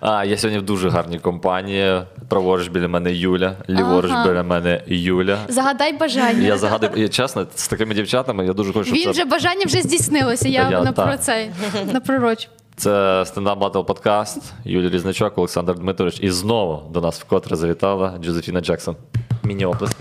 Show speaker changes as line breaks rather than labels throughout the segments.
А, я сьогодні в дуже гарній компанії. Праворуч біля мене Юля, ліворуч
Ага.
біля мене Юля.
Загадай бажання.
Я загадую, я чесно, з такими дівчатами я дуже хочу, щоб
Він
це
вже бажання вже здійснилося. Я,
Я,
на
так.
про цей на пророч.
Це стендап батл подкаст. Юлія Різничок, Олександр Дмитрович. І знову до нас вкотре завітала Джозефіна Джексон. Міні оплеск.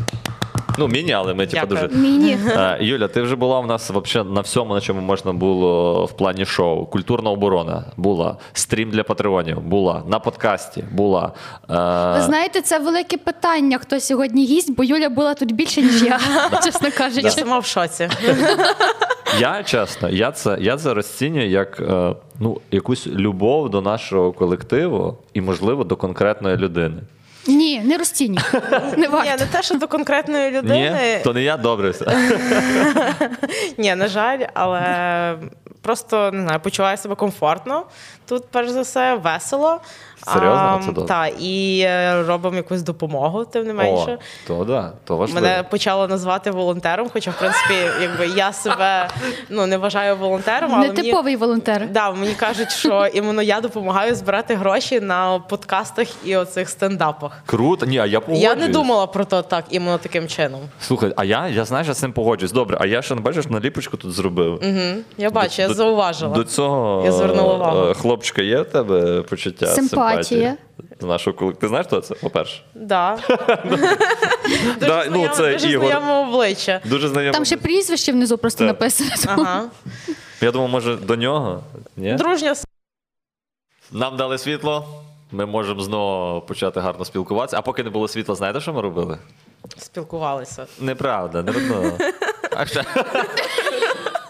Ну, міні, але ми типу,
Дякую.
дуже.
Міні.
Е, Юля, ти вже була в нас вообще на всьому, на чому можна було в плані шоу. Культурна оборона була, стрім для патреонів була, на подкасті була. Е,
Ви знаєте, це велике питання, хто сьогодні гість, бо Юля була тут більше, ніж я, чесно
Я
кажучи.
сама в шоці.
Я чесно, я це, я це розцінюю як е, ну, якусь любов до нашого колективу і, можливо, до конкретної людини.
Ні, не розцінюй. Не
Ні, ну,
варто.
не те, що до конкретної людини.
Ні, то не я добре. все.
Ні, на жаль, але просто не знаю, почуваю себе комфортно. Тут, перш за все, весело.
Серйозно? Це добре.
Так, і е, робимо якусь допомогу, тим не менше.
О, то да, то важливо.
Мене почало назвати волонтером, хоча, в принципі, якби я себе ну, не вважаю волонтером, але мені,
Нетиповий волонтер.
да, мені кажуть, що іменно я допомагаю збирати гроші на подкастах і оцих стендапах.
Круто, ні, а я погоджуюсь.
Я не думала про то так, іменно таким чином.
Слухай, а я, я знаєш, я з цим погоджуюсь. Добре, а я ще бачиш, наліпочку тут зробив.
Мгм. Я бачу, я
До-
зауважила.
До цього
Я звернула
е,
увагу.
е, хлопчика є в тебе почуття
Симпатія.
симпатії? До нашого колективу. Ти знаєш, хто це? По-перше,
Да. Дуже
Да, ну,
знайоме-
це
дуже
Ігор.
знайоме обличчя.
дуже знайомий.
Там ще прізвище внизу просто
Так.
написано.
Ага.
Я думав, може, до нього? Ні?
Дружня с-
Нам дали світло. Ми можемо знову почати гарно спілкуватися. А поки не було світла, знаєте, що ми робили?
спілкувалися.
Неправда, не родно. А ще.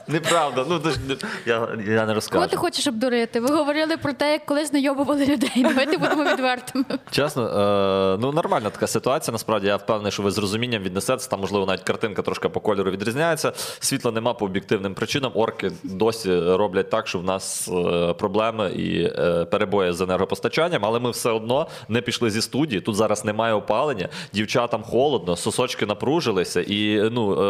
Неправда, ну ти ж не- я, я не
Кого ти
розкажу.
хочеш обдурити? Ви говорили про те, як колись знайомували людей. Давайте будемо відвертими.
Чесно, е, ну нормальна така ситуація. Насправді я впевнений, що ви з розумінням віднесетеся. Там, можливо, навіть картинка трошки по кольору відрізняється. Світла нема по об'єктивним причинам. Орки досі роблять так, що в нас е, проблеми і е, перебої з енергопостачанням, але ми все одно не пішли зі студії. Тут зараз немає опалення. Дівчатам холодно, сосочки напружилися. І ну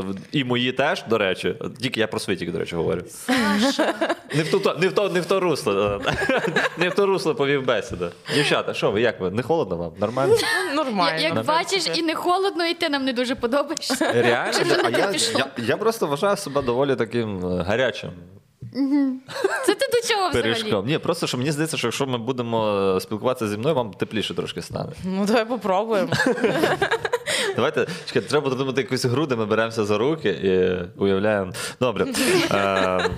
е, і мої теж, до речі, тільки я про світік, до речі, говорю. Не в, ту, не, в то, не в то русло. е, Не в то русло повів бесіда. Дівчата, що ви, як ви? Не холодно вам? Нормально?
Ну,
Я-
Нормально.
Як бачиш, і не холодно, і ти нам не дуже подобаєшся.
Реально?
Чому
А
не
я,
пішло?
я, я просто вважаю себе доволі таким е, гарячим
Це ти до чого взагалі?
пиріжком. Ні, просто що мені здається, що якщо ми будемо е, спілкуватися зі мною, вам тепліше трошки стане.
Ну, давай попробуємо.
Давайте чекайте, треба додумати якусь гру, де ми беремося за руки і уявляємо. Добре. Е,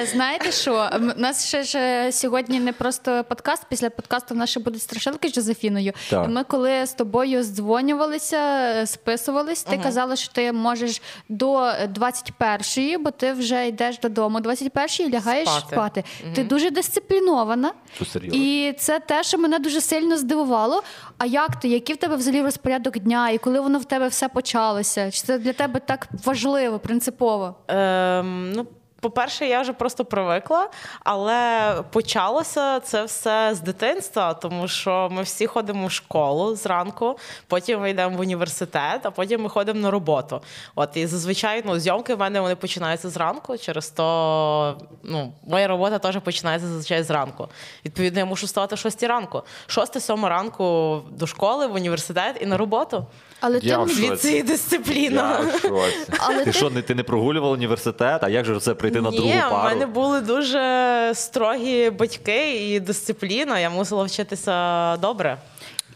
Е, знаєте що? М- У нас ще ж е, сьогодні не просто подкаст. Після подкасту в нас ще будуть страшилки з Жозефіною.
Так.
І ми коли з тобою здзвонювалися, е, списувались, ти казала, що ти можеш до 21-ї, бо ти вже йдеш додому 21-ї і лягаєш спати.
Спати.
Ти дуже дисциплінована.
Що, серйозно?
І це те, що мене дуже сильно здивувало. А як ти? Який в тебе взагалі розпорядок дня? І коли воно в тебе все почалося? Чи це для тебе так важливо, принципово?
Ем, ну, по-перше, я вже просто привикла, але почалося це все з дитинства, тому що ми всі ходимо в школу зранку, потім ми йдемо в університет, а потім ми ходимо на роботу. От і зазвичай ну, зйомки в мене вони починаються зранку, через то ну, моя робота теж починається зазвичай зранку. Відповідно, я мушу вставати о 6 ранку. 6-7 ранку до школи, в університет і на роботу.
Але
Я
ти
в шоці.
Звідси і дисципліна.
я в шоці.
Але
Ти
ти-
що, не- ти не прогулювала університет, а як же це прийти на
Ні,
другу пару?
в мене були дуже строгі батьки і дисципліна. Я мусила вчитися добре.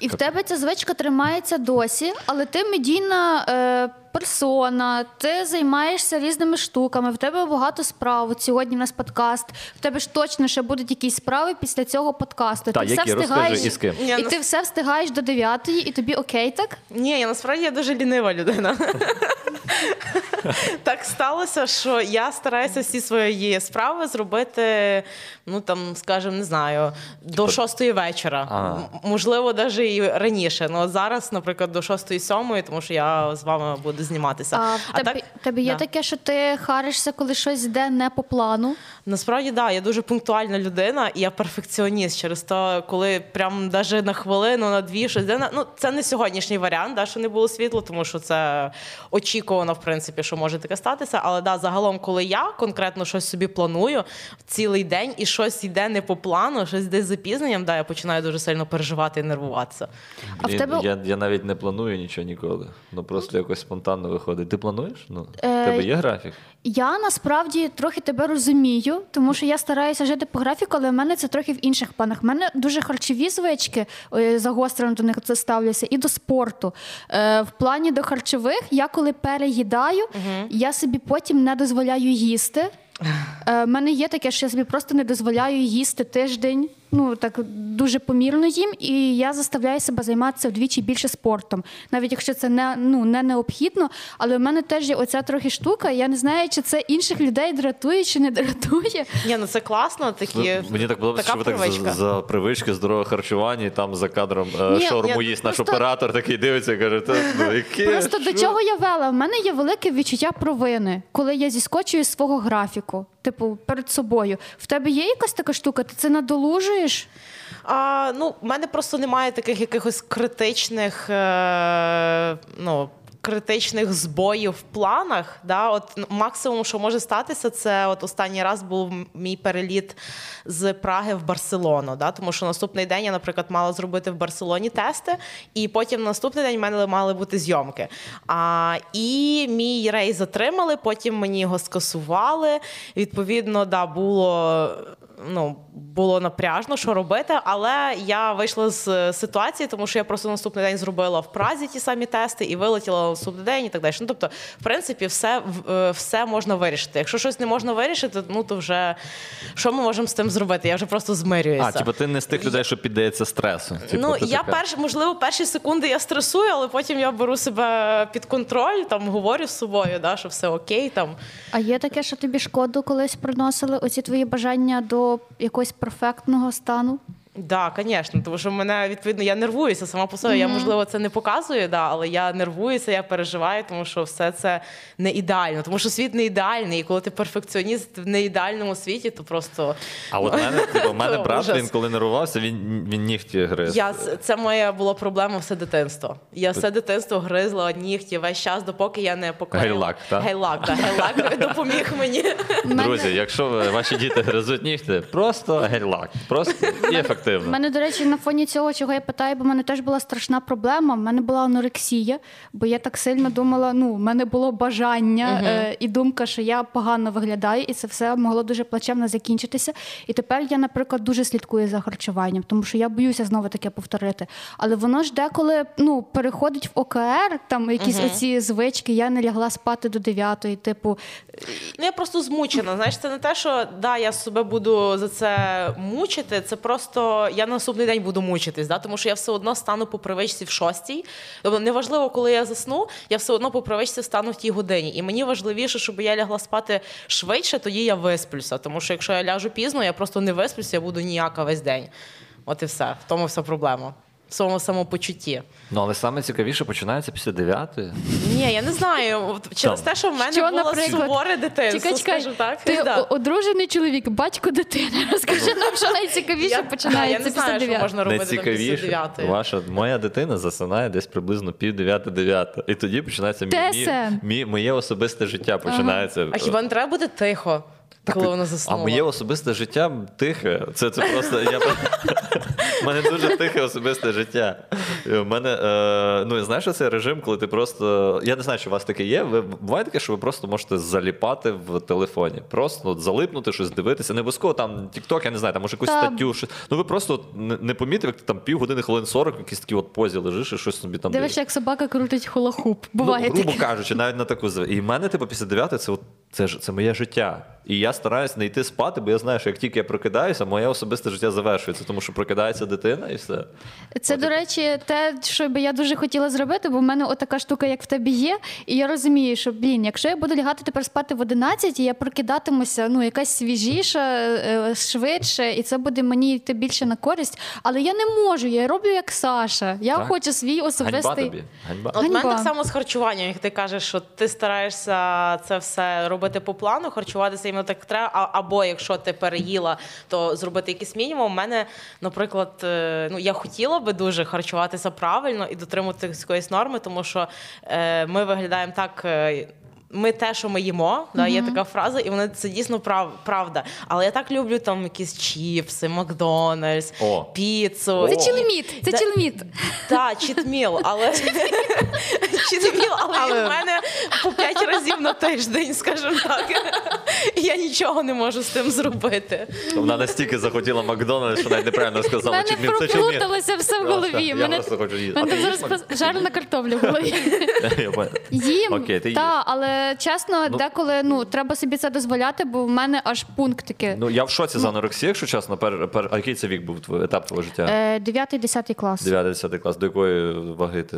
І в тебе ця звичка тримається досі, але ти медійна е, персона, ти займаєшся різними штуками, в тебе багато справ. От сьогодні в нас подкаст. В тебе ж точно ще будуть якісь справи після цього подкасту.
Та,
ти все
які? Розкажи,
встигаєш
і з ким?
Ні,
і
ну,
ти все встигаєш до дев'ятої, і тобі окей, так?
Ні, я насправді я дуже лінива людина. так сталося, що я стараюся всі свої справи зробити, ну там, скажімо, не знаю, до шостої вечора.
Типу А.
М- Можливо, навіть і раніше. Ну от зараз, наприклад, до шостої сьомої, тому що я з вами буду зніматися.
А, в тебе, тебе є
да.
таке, що ти харишся, коли щось йде не по плану.
Насправді да, я дуже пунктуальна людина, і я перфекціоніст. Через то, коли прям даже на хвилину, на дві щось де на- ну це не сьогоднішній варіант, да, що не було світло, тому що це очікувано, в принципі, що може таке статися. Але да, загалом, коли я конкретно щось собі планую цілий день і щось йде не по плану, щось десь з запізненням, да, я починаю дуже сильно переживати і нервуватися.
А в
Блін,
тебе-
я, я навіть не планую нічого ніколи. Ну просто якось спонтанно виходить. Ти плануєш? Ну, в
Е,
тебе є графік?
Я насправді трохи тебе розумію, тому що я стараюся жити по графіку, але в мене це трохи в інших планах. У мене дуже харчові звички е, загострено до них це ставлюся, і до спорту. Е, в плані до харчових, я коли переїдаю, я собі потім не дозволяю їсти. Е, в мене є таке, що я собі просто не дозволяю їсти тиждень. Ну так дуже помірно їм, і я заставляю себе займатися вдвічі більше спортом, навіть якщо це не ну не необхідно. Але в мене теж є оця трохи штука. Я не знаю, чи це інших людей дратує, чи не дратує.
Ні, ну це класно, такі
Ну, Мені так подобається, що
така
ви так
привичка.
за, за привички здорове харчування, і там за кадром е,
Ні,
шаурму
ні,
їсть наш
просто-
оператор, такий дивиться і каже, «Та, ну, яке,
Просто
що?»
до чого я вела? В мене є велике відчуття провини, коли я зіскочую з свого графіку, типу перед собою. В тебе є якась така штука? Ти це надолужуєш?
А, ну, в мене просто немає таких якихось критичних. Е, ну, Критичних збоїв в планах, да, от ну, максимум, що може статися, це от останній раз був м- мій переліт з Праги в Барселону. Да, тому що наступний день я, наприклад, мала зробити в Барселоні тести, і потім на наступний день в мене мали бути зйомки. А, і мій рейс затримали, потім мені його скасували. Відповідно, да, було ну, було напряжно, що робити, але я вийшла з е, ситуації, тому що я просто наступний день зробила в Празі ті самі тести і вилетіла на наступний день і так далі. Ну, тобто, в принципі, все, в- е, все можна вирішити. Якщо щось не можна вирішити, ну то вже що ми можемо з тим зробити? Я вже просто змирююся.
А, типу, ти не з тих людей, що піддається стресу. Типу,
ну,
ти
я
така.
перш, можливо, перші секунди я стресую, але потім я беру себе під контроль, там говорю з собою, да, що все окей. Там.
А є таке, що тобі шкоду колись приносили оці твої бажання до якогось перфектного стану?
Да, звісно, тому що мене відповідно я нервуюся сама по собі. Я можливо це не показую, да, але я нервуюся, я переживаю, тому що все це не ідеально. Тому що світ не ідеальний, і коли ти перфекціоніст в неідеальному світі, то просто
А от мене, типу, в мене
Це
брат,
ужас.
він коли нервувався, він, він нігті гриз.
я з- це моя була проблема все дитинство. Я все дитинство гризла нігті весь час, допоки я не поклеїла.
Гейлак, так?
Гейлак, так. Гейлак допоміг мені.
Друзі, якщо ви- ваші діти гризуть нігти, просто гель-лак. Просто і
У
ефективно.
мене, до речі, на фоні цього, чого я питаю, бо в мене теж була страшна проблема. В мене була анорексія, бо я так сильно думала, ну, в мене було бажання е, і думка, що я погано виглядаю, і це все могло дуже плачевно закінчитися. І тепер я, наприклад, дуже слідкую за харчуванням, тому що я боюся знову таке повторити. Але воно ж деколи ну, переходить в ОКР, там якісь оці звички, я не лягла спати до 9, типу,
Ну, я просто змучена. Знаєш, це не те, що да, я себе буду за це мучити. Це просто я на наступний день буду мучитись, да, тому що я все одно стану по привичці в шостій. Тобто неважливо, коли я засну, я все одно по привичці стану в тій годині. І мені важливіше, щоб я лягла спати швидше, тоді я висплюся. Тому що якщо я ляжу пізно, я просто не висплюся, я буду ніяка весь день. От і все. В тому вся проблема. В своєму самопочутті.
Ну, але саме цікавіше починається після дев'ятої.
Ні, я не знаю. От Через
Там.
те, що в мене
Що,
було
наприклад?
суворе дитинство,
Чекай, чекай,
скажу так.
Ти
Да.
о- одружений чоловік, батько дитини. Розкажи нам, що найцікавіше
Я-
починається
я не
після
знаю, що
дев'ятого.
можна робити до
Найцікавіше,
59-ї.
ваша моя дитина засинає десь приблизно пів дев'ята дев'ята. І тоді починається мій, мій,
Тесен.
мій- моє особисте життя. Починається.
А хіба не треба бути тихо, коли вона заснула?
е, А моє особисте життя тихе. Це, це просто я У мене дуже тихе особисте життя. У мене е, ну і знаєш цей режим, коли ти просто. Я не знаю, чи у вас таке є. Ви буває таке, що ви просто можете заліпати в телефоні. Просто от, залипнути, щось дивитися. Не обов'язково там TikTok, я не знаю, там може якусь
Та.
статтю. Щось. Ну ви просто от не, не помітив, як ти там півгодини, хвилин 40, в якійсь такій от позі лежиш і щось собі там
Дивишся, як собака крутить хулахуп.
Ну,
Буває
грубо
таке.
кажучи, навіть на таку зв- І в мене, типу, після дев'ятої це, от, це, ж- це моє життя. І я стараюсь не йти спати, бо я знаю, що як тільки я прокидаюся, моє особисте життя завершується, тому що прокидається дитина і все.
Це, до речі, те, що би я дуже хотіла зробити, бо в мене отака штука, як в тебе є. І я розумію, що блін, якщо я буду лягати тепер спати в 11, я прокидатимуся ну якась свіжіша, е, швидше, і це буде мені йти більше на користь. Але я не можу, я роблю як Саша. Я
Так.
хочу свій
Ганьба
особистий.
тобі. Ганьба.
Ганьба.
От мене так само з харчуванням, як ти кажеш, що ти стараєшся це все робити по плану, харчуватися іменно так як треба. А, або якщо ти переїла, то зробити якийсь мінімум. У мене, наприклад, е, ну я хотіла би дуже харчуватися правильно і дотримуватися якоїсь норми, тому що е, ми виглядаємо так. е, Ми те, що ми їмо, да, є така фраза, і вона це дійсно прав, правда. Але я так люблю там якісь чіпси, Макдональдс,
О.
піцу.
Це
О.
чілміт, це
Да.
чілміт.
Так, чітміл, але чітміл, але в мене по п'ять разів на тиждень, скажімо так. І Я нічого не можу з тим зробити.
Вона настільки захотіла Макдональдс, що навіть неправильно
В
сказала,
мене
чи міг це чи ні.
проплуталося все в
Просто,
голові.
я
Мене
просто хочу їсти. А
мене
ти
зараз
їш, Макс?
просто жарена картопля в голові.
Я понял.
Їм
Окей, ти
та, але чесно,
Ну.
деколи ну треба собі це дозволяти, бо в мене аж пунктики.
Ну я в шоці за анорексію, якщо чесно, пер, пер, а який це вік був твій етап твого життя?
Е, 9-10 клас.
9-10 клас, до якої ваги ти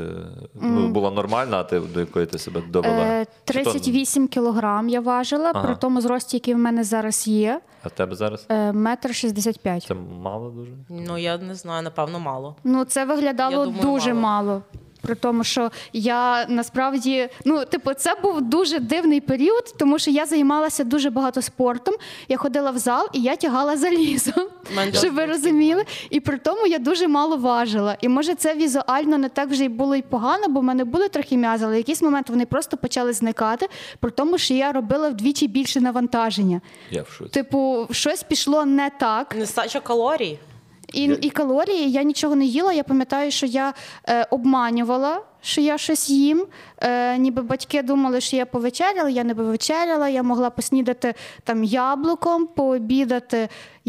ну, була нормальна, а ти до якої ти себе довела?
Е,
ну, Чи то-
38 кілограм я важила
Ага.
при тому зрості, який в мене зараз є.
А в тебе зараз?
е, Метр шістдесят п'ять.
Це мало дуже?
Ну я не знаю, напевно, мало.
Ну це виглядало
Я думаю,
дуже мало.
мало.
При тому, що я насправді, ну, типу, це був дуже дивний період, тому що я займалася дуже багато спортом. Я ходила в зал і я тягала залізо.
Мене
Щоб ви
досить.
розуміли, і при тому я дуже мало важила. І може це візуально не так вже й було й погано, бо в мене були трохи м'язи, але в якийсь момент вони просто почали зникати, при тому, що я робила вдвічі більше навантаження.
Я в шоці.
Типу, щось пішло не так.
Нестача калорій.
І, і калорії я нічого не їла. Я пам'ятаю, що я е, обманювала, що я щось їм. Е, ніби батьки думали, що я повечеряла, я не повечеряла. Я могла поснідати там яблуком, пообідати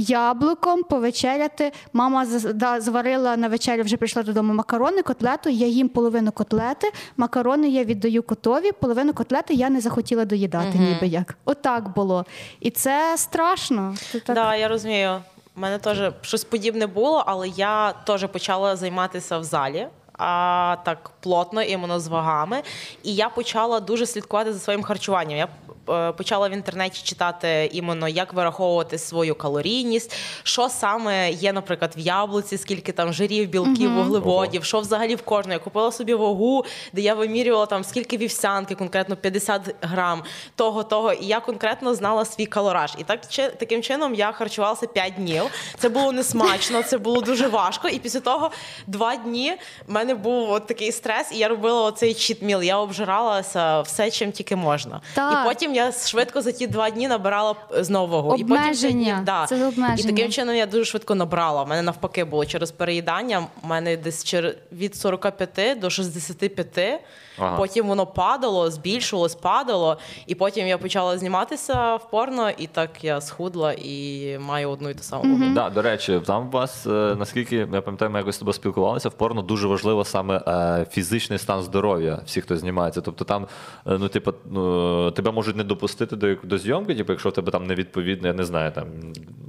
яблуком, повечеряти. Мама з- да, зварила на вечерю, вже прийшла додому макарони, котлету. Я їм половину котлети. Макарони я віддаю котові, половину котлети я не захотіла доїдати, ніби як. Отак було. І це страшно. Це так.
Так, да, я розумію. У мене теж щось подібне було, але я теж почала займатися в залі. А так плотно, іменно з вагами. І я почала дуже слідкувати за своїм харчуванням. Я е, почала в інтернеті читати іменно, як вираховувати свою калорійність, що саме є, наприклад, в яблуці, скільки там жирів, білків, вуглеводів, що взагалі в кожної. Я купила собі вагу, де я вимірювала там скільки вівсянки, конкретно 50 грам того, того. І я конкретно знала свій калораж. І так чи- таким чином я харчувалася 5 днів. Це було несмачно, це було дуже важко. І після того два дні в мене був от такий стрес, і я робила оцей чітміл. Я обжиралася все, чим тільки можна.
Так.
І потім я швидко за ті два дні набирала е, знову вагу. І потім ще
Обмеження.
дні- да.
Це
І
обмеження.
таким чином я дуже швидко набрала. У мене навпаки було через переїдання. У мене десь чер- від 45 до 65.
Ага.
Потім воно падало, збільшувалось, падало. І потім я почала зніматися в порно, і так я схудла і маю одну і ту саму. вагу.
Да, до речі, там у вас е, наскільки я пам'ятаю, ми якось з тобою спілкувалися, в порно дуже важливо саме е, фізичний стан здоров'я всіх, хто знімається. Тобто там, е, ну, типу, ну, тебе можуть не допустити до, як- до зйомки, типу, якщо в тебе там невідповідно, я не знаю, там,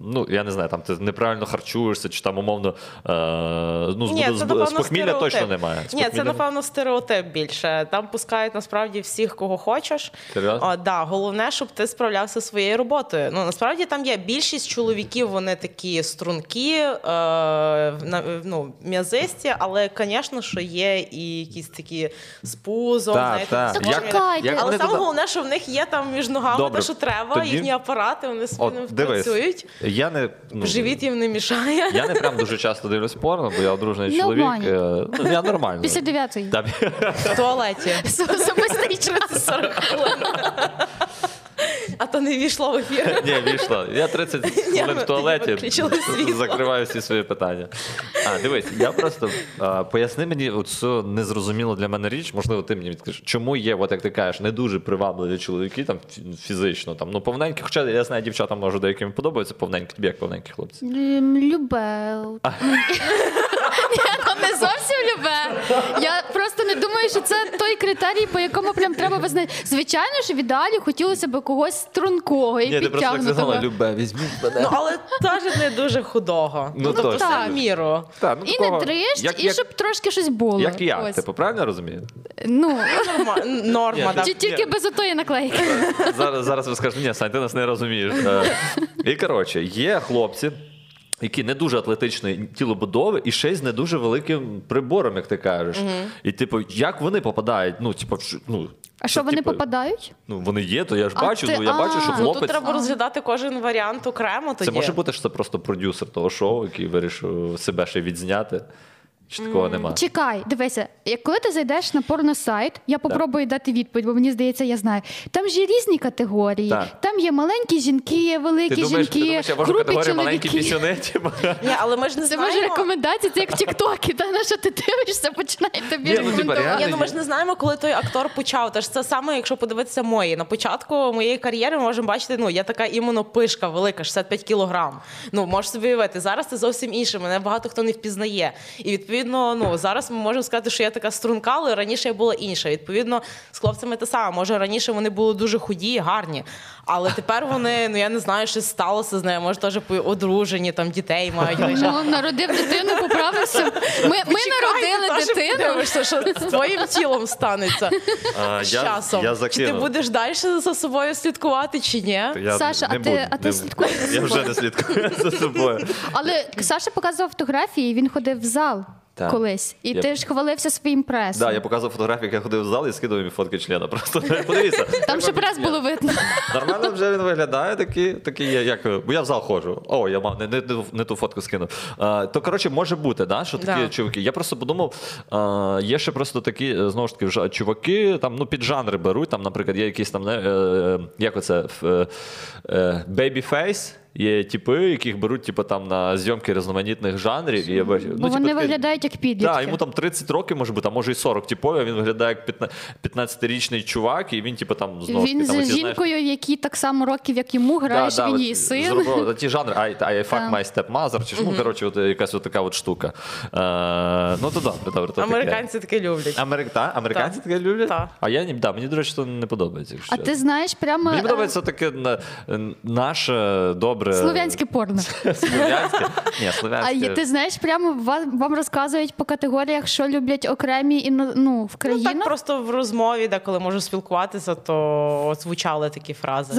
ну я не знаю, там ти неправильно харчуєшся, чи там умовно е, ну, з, з, з похмілля точно немає. З
Ні, це
похмілля-
напевно стереотип більше. Там пускають насправді всіх, кого хочеш.
Серйозно?
О, да, головне, щоб ти справлявся зі своєю роботою. Ну насправді там є більшість чоловіків, вони такі стрункі, е, на- ну, м'язисті, але звісно, що є і якісь такі з пузом.
Так,
знаєте,
так.
Так
з
Як- чекайте. як
але
вони
саме
туди-
головне, що в них є там між ногами
Добре,
те, що треба,
тоді-
їхні апарати, вони
От,
спільно
дивись,
працюють.
я не, ну,
Живіт їм не мішає.
Я не прям дуже часто дивлюсь порно, бо я одружений
Не
чоловік.
обманюй.
е, Ну, я нормально.
Після 9-ї.
Там-
В туалеті.
Особистий час.
40 хвилин. А то не війшло в ефір.
Ні, війшло. Я 30 хвилин
ми
в туалеті
тоді виключили світло.
закриваю всі свої питання. А, дивись, я просто а, поясни мені оцю незрозумілу для мене річ, можливо, ти мені відкажеш, чому є, от як ти кажеш, не дуже привабливі чоловіки там фі- фізично, там, ну повненькі, хоча я знаю, дівчатам може деяким подобаються повненькі, тобі як повненькі хлопці.
Любе. Ні, ну не зовсім любе. Я просто не думаю,
що це той критерій, по якому прям треба визнати. Звичайно, що в ідеалі хотілося б когось стрункого і
Ні, ти просто так сказала,
підтягнутого.
любе, візьміть мене.
Ну, але теж не дуже худого.
Ну,
Ну, тобто
точно.
все в міру.
Та, ну,
І
такого-
не тришт,
як-
і
як-
щоб трошки щось було.
Як я,
Ось.
типу, правильно розумію?
Ну,
Норма- Норма,
Ні,
так.
чи тільки без отої наклейки.
Зараз, зараз ви скажете, ні, Сань, ти нас не розумієш. Е, І коротше, є хлопці. Які не дуже атлетичні тілобудови, і ще й з не дуже великим прибором, як ти кажеш. І типу, як вони попадають? Ну, типу, що- ну,
А що
це,
вони
типу,
попадають?
Ну вони є, то я ж
А
бачу.
ти-
ну я бачу, що
Ну,
а, ну,
тут
хлопець.
А.
треба розглядати кожен варіант окремо тоді.
Це може бути, що це просто продюсер того шоу, який вирішив себе ще відзняти. Чи такого нема?
Чекай, дивися, як коли ти зайдеш на порносайт, я попробую дати відповідь, бо мені здається, я знаю. Там ж є різні категорії.
Так.
Там є маленькі жінки, великі
Ти думаєш, ти
жінки,
думаєш, я можу
групі
категорію
чоловіки.
маленькі пісюни? типу?
Ні, але ми ж не
Це
знаємо.
може рекомендація, це як тіктоки, та на що ти дивишся, починає тобі
Ні, ну, типа,
рекомендувати.
реально
Ні, ну ми ж не знаємо, коли той актор почав. Тож це саме, якщо подивитися мої. На початку моєї кар'єри ми можемо бачити, ну я така іменно пишка велика, 65 кілограм. Ну можеш собі уявити. Зараз це зовсім інше. Мене багато хто не впізнає. І відповідно, ну зараз ми можемо сказати, що я така струнка, але раніше я була інша. Відповідно, з хлопцями те саме. Може раніше вони були дуже худі, гарні. Але тепер вони, ну я не знаю, що сталося з нею. Може, теж по- одружені, там дітей мають. лише.
Ну, народив дитину, поправився. Ми, ми народили дитину.
Що, що з твоїм тілом станеться
А,
з
я,
часом.
я
чи ти
закинув.
будеш далі за собою слідкувати, чи ні?
Я
Саша,
не
а ти-
буду,
а ти
не-
слідкуєш за
Я вже
собою?
не слідкую за собою.
Але Саша показував фотографії, він ходив в зал
Е, Так.
колись. І
Я-
ти ж хвалився своїм пресом.
Да, я показував фотографії, як я ходив в зал і скидував їм фотки члена. Просто подивіться.
Там ще прес
прес
було видно.
Нормально вже він виглядає, такий, такий є, як. е, Бо я в зал ходжу. О, я мав не, не, ту- не ту фотку скинув. А, то коротше, може бути, да, що такі
Да.
чуваки. Я просто подумав, а, є ще просто такі, е, знову ж таки, вже чуваки там ну, під жанри беруть. Там, наприклад, є якісь там, не, е, е, як оце, ф- е, е, babyface. Є типи, яких беруть типу, там, на зйомки різноманітних жанрів. І я бачу,
Бо
типу,
вони
таке-
виглядають як підлітки.
Да, йому там 30 років може бути, а може і 40 типові, а він виглядає як 15-річний чувак, і він, типу, там знову ж
Він
таки, там,
з
оці, знаєш,
жінкою, які так само років, як йому, граєш, він
от
її син.
зробила ті жанри, I, I fuck
Так.
my stepmother, чи ж, ну, коротше, от якась от така от штука. Е, ну, то добре, добре. то таке.
Американці таке люблять.
Америк, та? Американці
Так.
таке люблять?
Так.
А я ні, да, мені, до речі, то не подобається. якщо
А
чесно.
ти знаєш, прямо
Мені
е,
подобається таке на- наше добре...
слов'янське порно.
Слов'янське? Ні,
А
слов'янське.
є- ти знаєш, прямо ва- вам розказують по категоріях, що люблять окремі іно- ну, в
Ну, так
країнах.
просто в розмові, де коли можу спілкуватися, то от звучали такі фрази.
З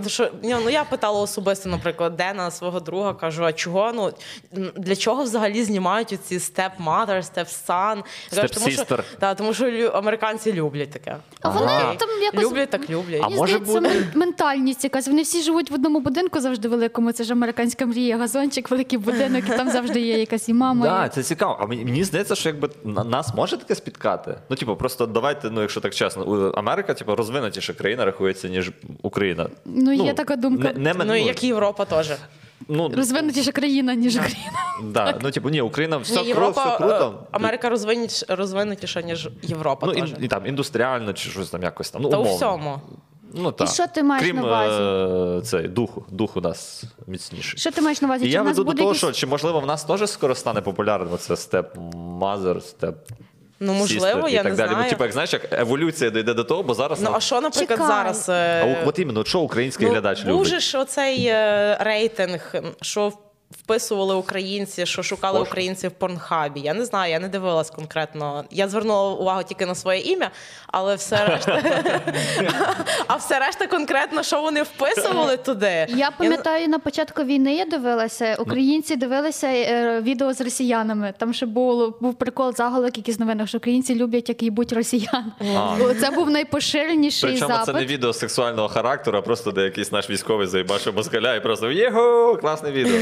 Я, пит- що, ні, ну, я питала особисто, наприклад, Дена свого друга, кажу, а чого, ну, м, для чого взагалі знімають оці step-mother, step-son? Я кажу, тому що-
Step-sister.
Та, тому що лю- американці люблять таке.
А вони
Ага.
там якось
Люблять так люблять.
А
Мені
може
здається,
буде?
мен- ментальність якась. Вони всі живуть в одному будинку завжди великому. Це ж американська мрія, газончик, великий будинок, і там завжди є якась і мама.
Да,
і-
це цікаво. А мені, мені здається, що якби на- нас може таке спіткати. Ну, типу, просто давайте, ну якщо так чесно, у- Америка, типу, розвинутіша країна рахується, ніж Україна.
Ну, є така думка.
Не, не, мен-
Ну і як і Європа теж.
ну,
Розвинутіша країна, ніж Україна.
да, ну, типу, ні, Україна все,
Ні,
кру- все
е,
круто.
Америка розвинутіш- розвинутіша, ніж Європа.
ну,
теж.
і, і там індустріально чи щось там якось там. Ну,
Та у
умовно.
всьому.
Ну, так.
що ти маєш
Крім,
на увазі?
е, цей, духу, духу нас міцніший.
Що ти маєш на увазі?
І
Чи
я
в нас
веду до
буде
того,
якийсь-
що чи можливо в нас теж скоро стане популярним це степ мазер, степ.
Ну, можливо,
і
я
так
не
далі. Ну,
знаю.
типу, як знаєш, як еволюція дійде до того, бо зараз
Ну
на-
а що, наприклад,
Чекай.
зараз? е,
А у- от іменно, от що український глядач
ну,
любить?
дуже ж оцей е, рейтинг, м, що в- вписували українці, що шукали
Кожен.
українці в порнхабі. Я не знаю, я не дивилась конкретно. Я звернула увагу тільки на своє ім'я, але все решта. а все решта конкретно, що вони вписували туди.
Я пам'ятаю, на початку війни я дивилася.
Ну.
Українці дивилися е, відео з росіянами. Там ще було був прикол заголовок, який з новинах, що українці люблять, як їбуть росіян.
А.
Бо Це був найпоширеніший
Причому
запит.
це не відео сексуального характеру, а просто де якийсь наш військовий заїбачив москаля і просто єго, класне відео.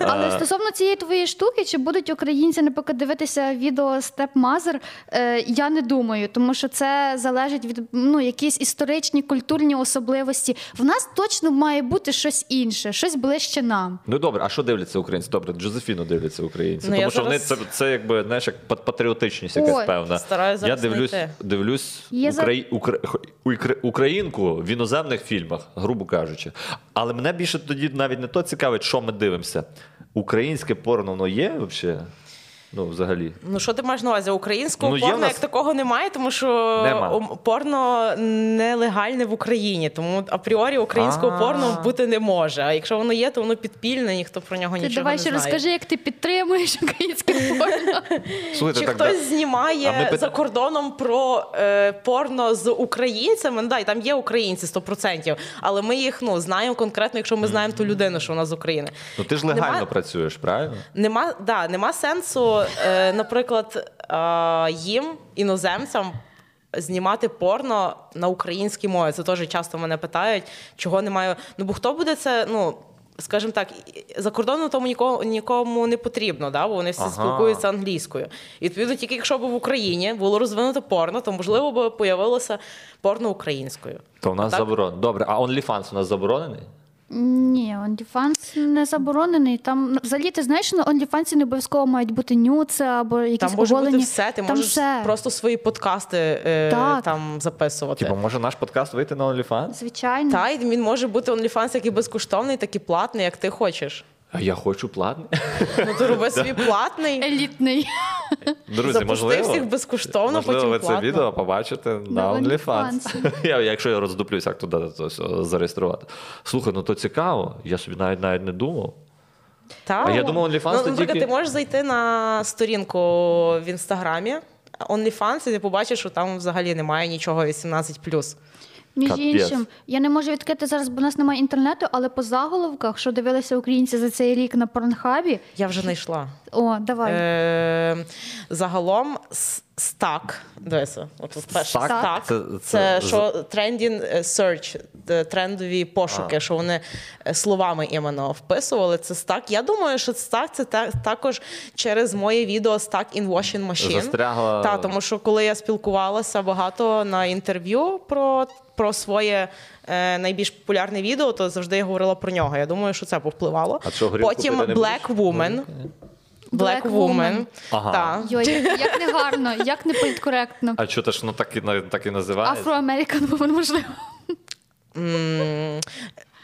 Але
Е,
стосовно цієї твоєї штуки, чи будуть українці не поки дивитися відео Степмазер, е, я не думаю, тому що це залежить від ну якісь історичні культурні особливості. В нас точно має бути щось інше, щось ближче нам.
Ну добре, а що дивляться українці? Добре, Джозефіну дивляться українці.
Ну, я
Тому що вони
зараз-
це, це якби знаєш, як пат- патріотичність
Ой,
якась певна.
стараюсь
Я
зараз
дивлюсь,
знайти.
дивлюсь
Є за-
Украї... Укра- хо- Укра- українку в іноземних фільмах, грубо кажучи. Але мене більше тоді навіть не то цікавить, що ми дивимося. Українське порно воно є взагалі? Ну, взагалі.
Ну, що ти маєш на увазі? Українського
Ну, є
порно
в нас-
як такого немає, тому що
Нема.
ом- порно нелегальне в Україні. Тому апріорі українського
А.
порно бути не може. А якщо воно є, то воно підпільне, ніхто про нього
Ти
нічого
давай
не
ще
знає.
розкажи, як ти підтримуєш українське порно.
Слухайте,
Чи
так,
хтось
да.
знімає
А ми пит-
за кордоном про е, порно з українцями? Ну, да, і там є українці 100%, але ми їх ну, знаємо конкретно, якщо ми знаємо ту людину, що вона з України.
Ну ти ж легально
Нема-
працюєш, правильно?
Нема, да, нема сенсу, е, наприклад, е, їм, іноземцям, знімати порно на українській мові. Це теж часто мене питають, чого немає. Ну бо хто буде це, ну. Скажімо так, і- за кордоном тому нікому, нікому не потрібно, да? бо вони всі
Ага.
спілкуються англійською. І відповідно, тільки якщо б в Україні було розвинуто порно, то можливо би появилося порно українською.
То в нас
Так.
заборонено. Добре, а OnlyFans у нас заборонений?
Ні, OnlyFans не заборонений. Там ну, взагалі ти знаєш, на OnlyFans не обов'язково мають бути нюци або якісь
Там може бути
оголені.
все, ти
Тобто Там
можеш
все.
просто свої подкасти е,
Так.
там записувати.
Типу, може наш подкаст вийти на OnlyFans?
Звичайно.
Та й він може бути OnlyFans як і безкоштовний, так і платний, як ти хочеш.
А я хочу платний.
Ну то роби свій
Е,
платний.
Елітний.
Друзі,
Запусти
можливо,
всіх безкоштовно,
можливо,
потім
ви це
платно.
відео побачите на
На
OnlyFans. я, якщо я роздуплюсь, як туди це все зареєструвати. Слухай, ну то цікаво. Я собі навіть навіть не думав.
Та?
А я думав, OnlyFans
ну,
це
наприклад,
тільки-
ти можеш зайти на сторінку в інстаграмі. OnlyFans, і ти побачиш, що там взагалі немає нічого 18+.
Між
Капець.
іншим, я не можу відкрити зараз, бо в нас немає інтернету, але по заголовках, що дивилися українці за цей рік на порнхабі.
Я вже знайшла.
О, давай.
Е, загалом с- стак. Дивися, от тут перше
Стак?
стак.
Це-
Це,
це-
що трендін search, е, трендові пошуки, що вони е, словами іменно вписували. Це стак. Я думаю, що стак це та, також через моє відео стак in washing machine.
Застрягла-
Та, тому що коли я спілкувалася багато на інтерв'ю про. Про своє е, найбільш популярне відео, то завжди я говорила про нього. Я думаю, що це повпливало.
А що, горілку
Потім
пити не
Black
будеш?
Woman. Black
Black Woman.
Woman.
Ага.
Та.
Йой, як, як негарно, як не політкоректно.
А чого ти ж ну, так, і, на- так і називається?
Афроамерикан, бо можливо.
М,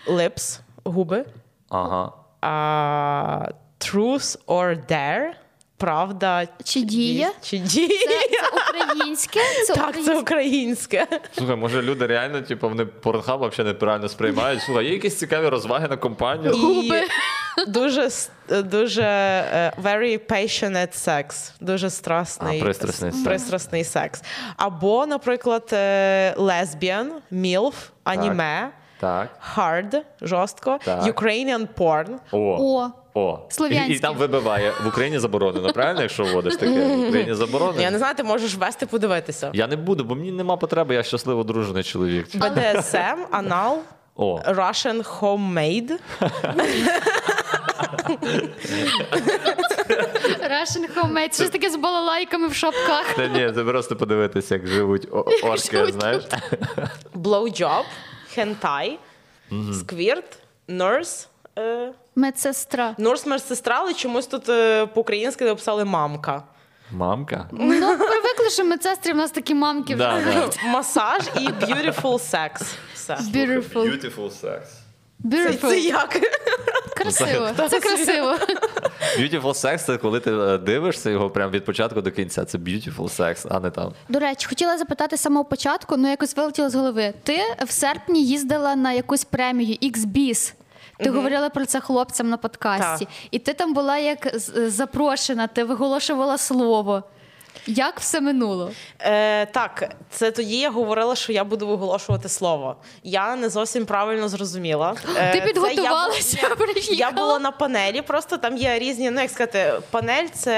Lips, губи.
Ага.
А, truth or dare. Правда.
Чи діє?
Чи діє?
Це, це українське, це
Так, це
українське.
українське.
Слухай, може люди реально, типу, вони порнхаб взагалі неправильно сприймають. Слухай, є якісь цікаві розваги на компанію?
Губи.
І дуже, с- дуже е, very passionate sex. Дуже страсний.
А, пристрасний секс.
пристрасний секс. Або, наприклад, е, lesbian, MILF, аніме.
Так.
Hard, жорстко,
Так.
Ukrainian porn.
О.
О.
О. І,
Слов'янське.
і там вибиває. В Україні заборонено, правильно, якщо вводиш таке? В Україні заборонено.
Я не знаю, ти можеш вести подивитися.
Я не буду, бо мені нема потреби, я щасливо дружений чоловік.
BDSM, анал,
О,
Russian homemade.
Russian homemade. Щось таке з балалайками в шапках.
та ні, це просто подивитися, як живуть о- орки,
живуть
знаєш.
blowjob, hentai, сквірт, nurse. е,
Медсестра.
Nurse медсестра, але чомусь тут е, по-українськи написали мамка.
Мамка.
Ну, привикли, що медсестри в нас такі мамки.
Да, да.
Масаж і beautiful sex. Все.
Beautiful.
sex.
Це, це
Beautiful.
як?
Красиво. Це красиво.
Beautiful sex це коли ти е, дивишся його прямо від початку до кінця. Це beautiful sex, а не там.
До речі, хотіла запитати з самого початку, ну якось вилетіло з голови. Ти в серпні їздила на якусь премію XBIS. Ти говорила про це хлопцям на подкасті,
Так.
і ти там була як з- запрошена, ти виголошувала слово. Як все минуло?
Е, так, це тоді я говорила, що я буду виголошувати слово. Я не зовсім правильно зрозуміла. Е, це
Ти
я бу-
підготувалася,
Я
приїхала?
була на панелі, просто там є різні, ну як сказати, панель це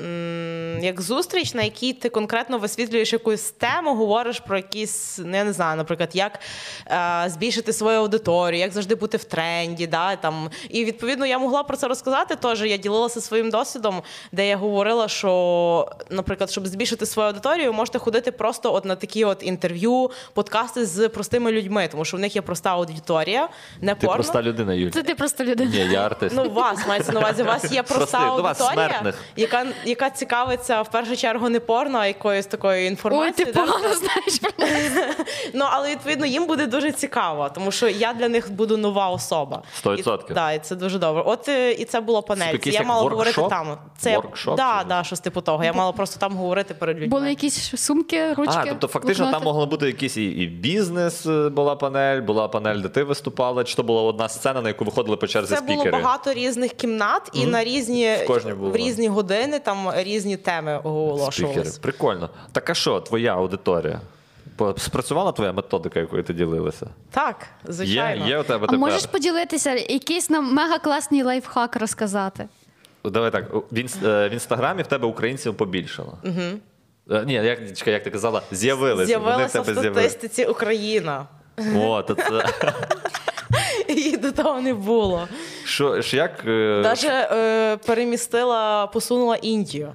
м, як зустріч, на якій ти конкретно висвітлюєш якусь тему, говориш про якісь, ну, я не знаю, наприклад, як е, збільшити свою аудиторію, як завжди бути в тренді. Да, там. І відповідно я могла про це розказати теж. Я ділилася своїм досвідом, де я говорила, що наприклад, щоб збільшити свою аудиторію, можете ходити просто от на такі от інтерв'ю, подкасти з простими людьми, тому що в них є проста аудиторія, не
Ти
порно.
проста людина, Юль.
Це ти просто людина.
Ні, я артист.
Ну, вас мається на увазі. У вас є проста
Прости, до вас,
аудиторія,
смертних.
яка, яка цікавиться в першу чергу не порно, а якоюсь такою
Ой, ти
інформацією. да?
погано знаєш про мене.
Ну але відповідно їм буде дуже цікаво, тому що я для них буду нова особа.
Сто
І,
відсотків.
да, і це дуже добре. От е, і це було
Це
панель.
якийсь
я
як
мала
воркшоп?
говорити там. Це
Воркшоп
да,
чи-
да, щось типу того. Я мала просто там говорити перед людьми.
Були якісь сумки, ручки.
А, тобто фактично там
блокноти?
могла бути якийсь і, і бізнес е, була панель, була панель, де ти виступала, чи то була одна сцена, на яку виходили по черзі
Це було
спікери.
багато різних кімнат, і
Мгм.
на різні
В кожній було.
в різні години там різні теми
Спікери.
оголошувалися.
Прикольно. Так а що, твоя аудиторія? По- Спрацювала твоя методика, якою ти ділилася?
Так,
Є,
звичайно.
є у тебе
А
тепер.
можеш поділитися, якийсь нам мега класний лайфхак розказати?
Давай так. у- В, інс- е, в інстаграмі в тебе українців побільшало. Угу. Ні, як, чекай, як ти казала, з'явилися. вони в
З'явилася в
тебе з'явилися.
статистиці Україна.
О, то це.
Її до того не було.
Що, ж як. е,
Даже е, перемістила, посунула Індію.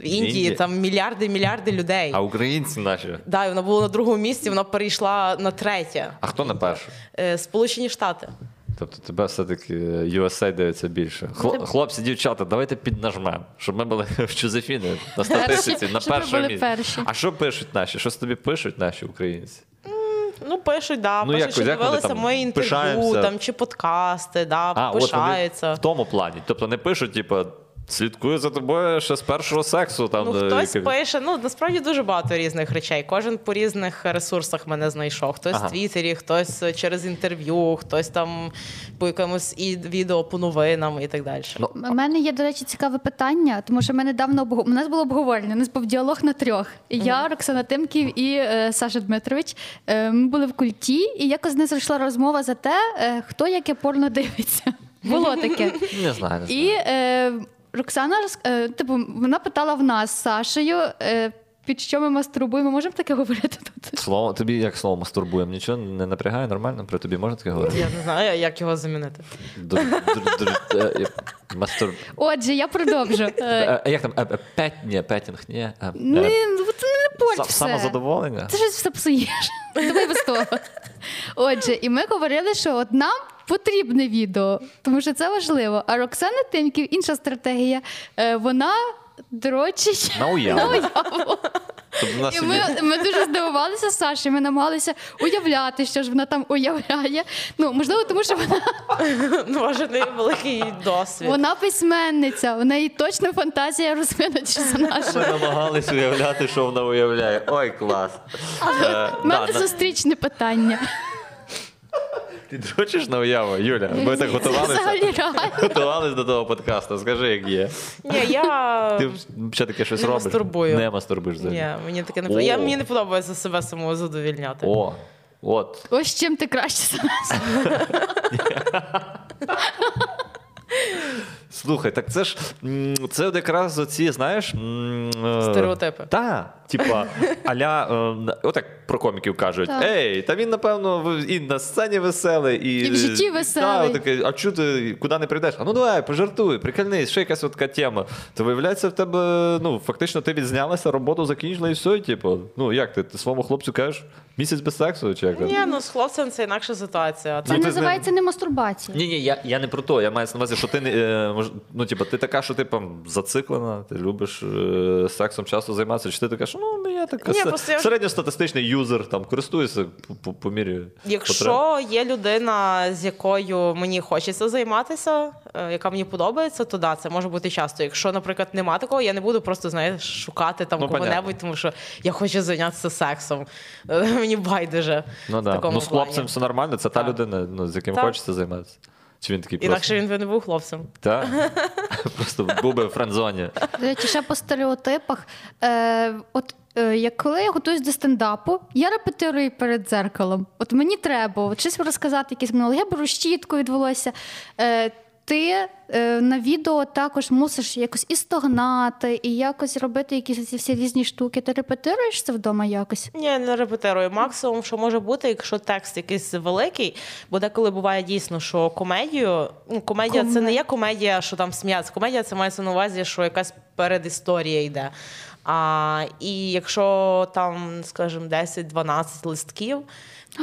В Індії
Індія?
там мільярди, мільярди людей.
А українці наші.
Да, і вона була на другому місці, вона перейшла на третє.
А хто на перше?
Е, Сполучені Штати.
Тобто тебе все-таки е, USA дивиться більше. Хло- хлопці, дівчата, давайте піднажмемо, щоб ми були в Чузефіни на статистиці, на
щоб ми
першому
були
місці.
перші.
А що пишуть наші? Що тобі пишуть наші українці?
Ну, пишуть, да,
Ну,
пишуть,
як-
що
як вони
дивилися
там,
моє інтерв'ю
пишаємося?
там, чи подкасти, да,
А, от вони
пишаються.
в тому плані. Тобто не пишуть, типу, слідкую за тобою ще з першого сексу. Там,
Ну,
е,
хтось
яке-
пише, ну насправді дуже багато різних речей. Кожен по різних ресурсах мене знайшов. Хтось
Ага.
в Твіттері, хтось е, через інтерв'ю, хтось там по якомусь і відео по новинам і так далі.
Ну,
У мене є, до речі, цікаве питання, тому що ми недавно обго- у нас було обговорення. У нас був діалог на трьох. І Я, Роксана Тимків і е, Саша Дмитрович. Е, ми були в культі, і якось не зайшла розмова за те, е, хто яке порно дивиться. Було таке.
Не знаю, не знаю.
І е, Роксана роз- е, типу, вона питала в нас з Сашею, е, під що ми мастурбуємо. Можемо таке говорити тут?
Слово, тобі як слово мастурбуємо, нічого не напрягає, нормально? При тобі можна таке говорити?
Я не знаю, як його замінити.
Дур- дур- дур- е, е, Мастур...
Отже, я продовжу. Е,
Е, е, Як там? Е, е, Пет, ні, петінг, ні. е, е,
Ні, ну, це не порт
са-
все.
Самозадоволення?
Ти щось все псуєш. Давай без того. Отже, і ми говорили, що от нам потрібне відео, тому що це важливо. А Роксана Тимків, інша стратегія, е, вона дрочить.
На уяву.
на уяву.
Тобто в нас
І
сьогодні-
ми, ми дуже здивувалися Саші. Ми намагалися уявляти, що ж вона там уявляє. Ну можливо, тому що вона,
Ну, може, не великий досвід.
вона письменниця, у неї точно фантазія розвинута за нашу.
Ми намагались уявляти, що вона уявляє. Ой, клас. Е,
У мене
да, на-
зустрічне питання.
Ти дрочиш на уяву, Юля? Ми так
Взагалі
готувалися.
реально.
Готувались до того подкасту. Скажи, як є.
Ні, я
Ти все таке щось
Ем, Не
робиш?
мастурбую.
Не мастурбуєш
Ні,
взагалі.
мені таке не
О.
подобається. Я мені не подобається себе самого задовільняти.
О, от.
Ось чим ти краще за нас.
Слухай, так це ж м, це от якраз оці, знаєш, м, е,
Стереотипи.
Та, типа, аля, е, отак про коміків кажуть:
Так.
Ей, та він, напевно, в- і на сцені веселий, і,
І в житті
Та,
веселий.
таке, а чого ти куди не прийдеш? А ну давай, пожартуй, прикольнись, ще якась от така тема. То виявляється, в тебе, ну, фактично, ти відзнялася, роботу закінчила і все. Типу, ну як ти, ти своєму хлопцю кажеш, місяць без сексу чи як? там?
Ні, ну з хлопцем це інакша ситуація.
Це
ти з ним-
називається не мастурбація.
Ні, ні, я, я не про то. Я маю на увазі, що ти не е, мож- ну, типу, ти така, що ти пам, зациклена, ти любиш е, сексом часто займатися, чи ти така, що ну я така
Ні,
се-
просто я ж-
середньостатистичний юзер, там користуюся по, по, по мірі. потреб.
Якщо є людина, з якою мені хочеться займатися, е, яка мені подобається, то да, це може бути часто. Якщо, наприклад, нема такого, я не буду просто знаєш, шукати там
Ну,
кого-небудь,
понятно.
тому що я хочу зайнятися сексом. Е, Мені байдуже.
ну,
в
да.
такому
ну з
плані.
хлопцем все нормально, це та
Так.
людина, ну, з яким
Так.
хочеться займатися. Чи він такий
Інакше він би не був хлопцем.
просто. Та? просто був би в френдзоні.
До речі, ще по стереотипах. Е, от е, як коли я готуюсь до стендапу, я репетирую перед дзеркалом. От мені треба от щось розказати, якісь монолог. Я беру щітку від волосся. Е, ти е, на відео також мусиш якось і стогнати, і якось робити якісь ці всі різні штуки. Ти репетируєш це вдома якось?
Ні, не репетирую. Максимум, що може бути, якщо текст якийсь великий, бо деколи буває дійсно, що комедію, ну комедія це не є комедія, що там сміятися. Комедія це мається на увазі, що якась передісторія йде. А, і якщо там, скажімо, 10-12 листків,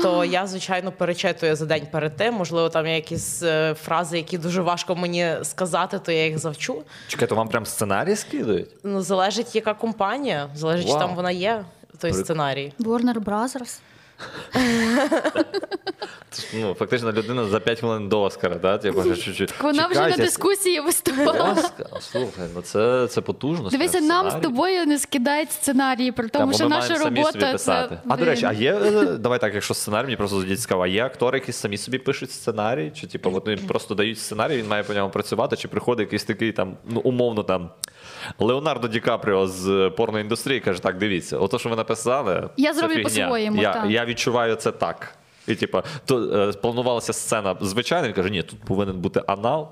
то я, звичайно, перечитую за день перед тим. Можливо, там є якісь е, фрази, які дуже важко мені сказати, то я їх завчу.
Чекай, то вам прям сценарій скидують?
Ну, залежить, яка компанія, залежить, чи
Вау.
там вона є, той
Прик-
сценарій.
Warner Brothers?
Ну, фактично, людина за 5 хвилин до Оскара, да? Типу, чуть-чуть.
Вона вже на
Чекайте,
дискусії виступала.
Оскар, слухай, ну це, це потужно.
Дивися,
це
нам з
сценарій.
тобою не скидають сценарії, при
Та,
тому,
бо
що
ми
наша
маємо самі собі
робота
писати.
це.
А до речі, а
блін.
є е, давай так, якщо сценарій, мені просто тоді цікаво, а є актори, які самі собі пишуть сценарій, чи типу вони просто дають сценарій, він має по ньому працювати, чи приходить якийсь такий там, ну умовно там Леонардо Ді Капріо з е, порноіндустрії каже: так, дивіться, ото що ви написали,
Я
це
зроблю
фігня.
по-своєму,
Я,
так».
я відчуваю це так. І типу, то е, планувалася сцена звичайна, він каже, ні, тут повинен бути анал,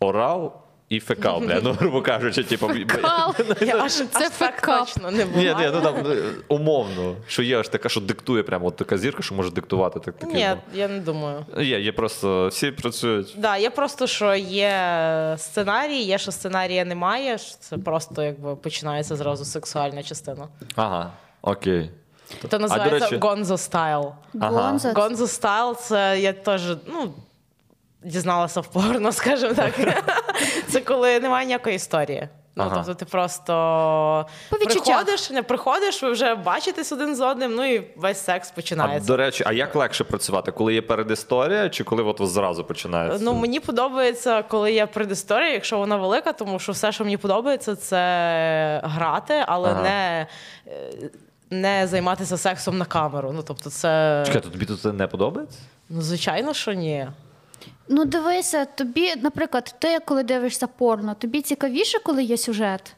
орал. І фекал, бля, ну грубо кажучи, типу,
Кал.
Я аж, це аж так
факап.
точно не було.
Ні, ні, ну там е, умовно, що є аж така, що диктує, прямо от така зірка, що може диктувати так такі.
Ні, я не думаю.
ну. Є, є просто всі працюють.
Да, є просто, що є сценарій, є, що сценарія немає. що Це просто якби починається зразу сексуальна частина.
Ага, окей.
Це називається
речі-
Гонзо стайл.
Ага.
Гонзо.
Гонзо стайл це я теж ну, дізналася в порно, скажімо так. це коли немає ніякої історії. Ну,
Ага.
тобто ти просто
По відчуттях.
приходиш, не приходиш, ви вже бачитесь один з одним, ну і весь секс
А,
починається.
до речі, а як легше працювати? Коли є передісторія, чи коли от зразу починається?
Ну, мені подобається, коли є предісторія, якщо вона велика, тому що все, що мені подобається, це грати, але
Ага.
не, е, не займатися сексом на камеру. Ну, тобто, це
Чекай, то тобі тут це не подобається?
ну, звичайно, що ні.
Ну дивися, тобі, наприклад, ти коли дивишся порно, тобі цікавіше, коли є сюжет.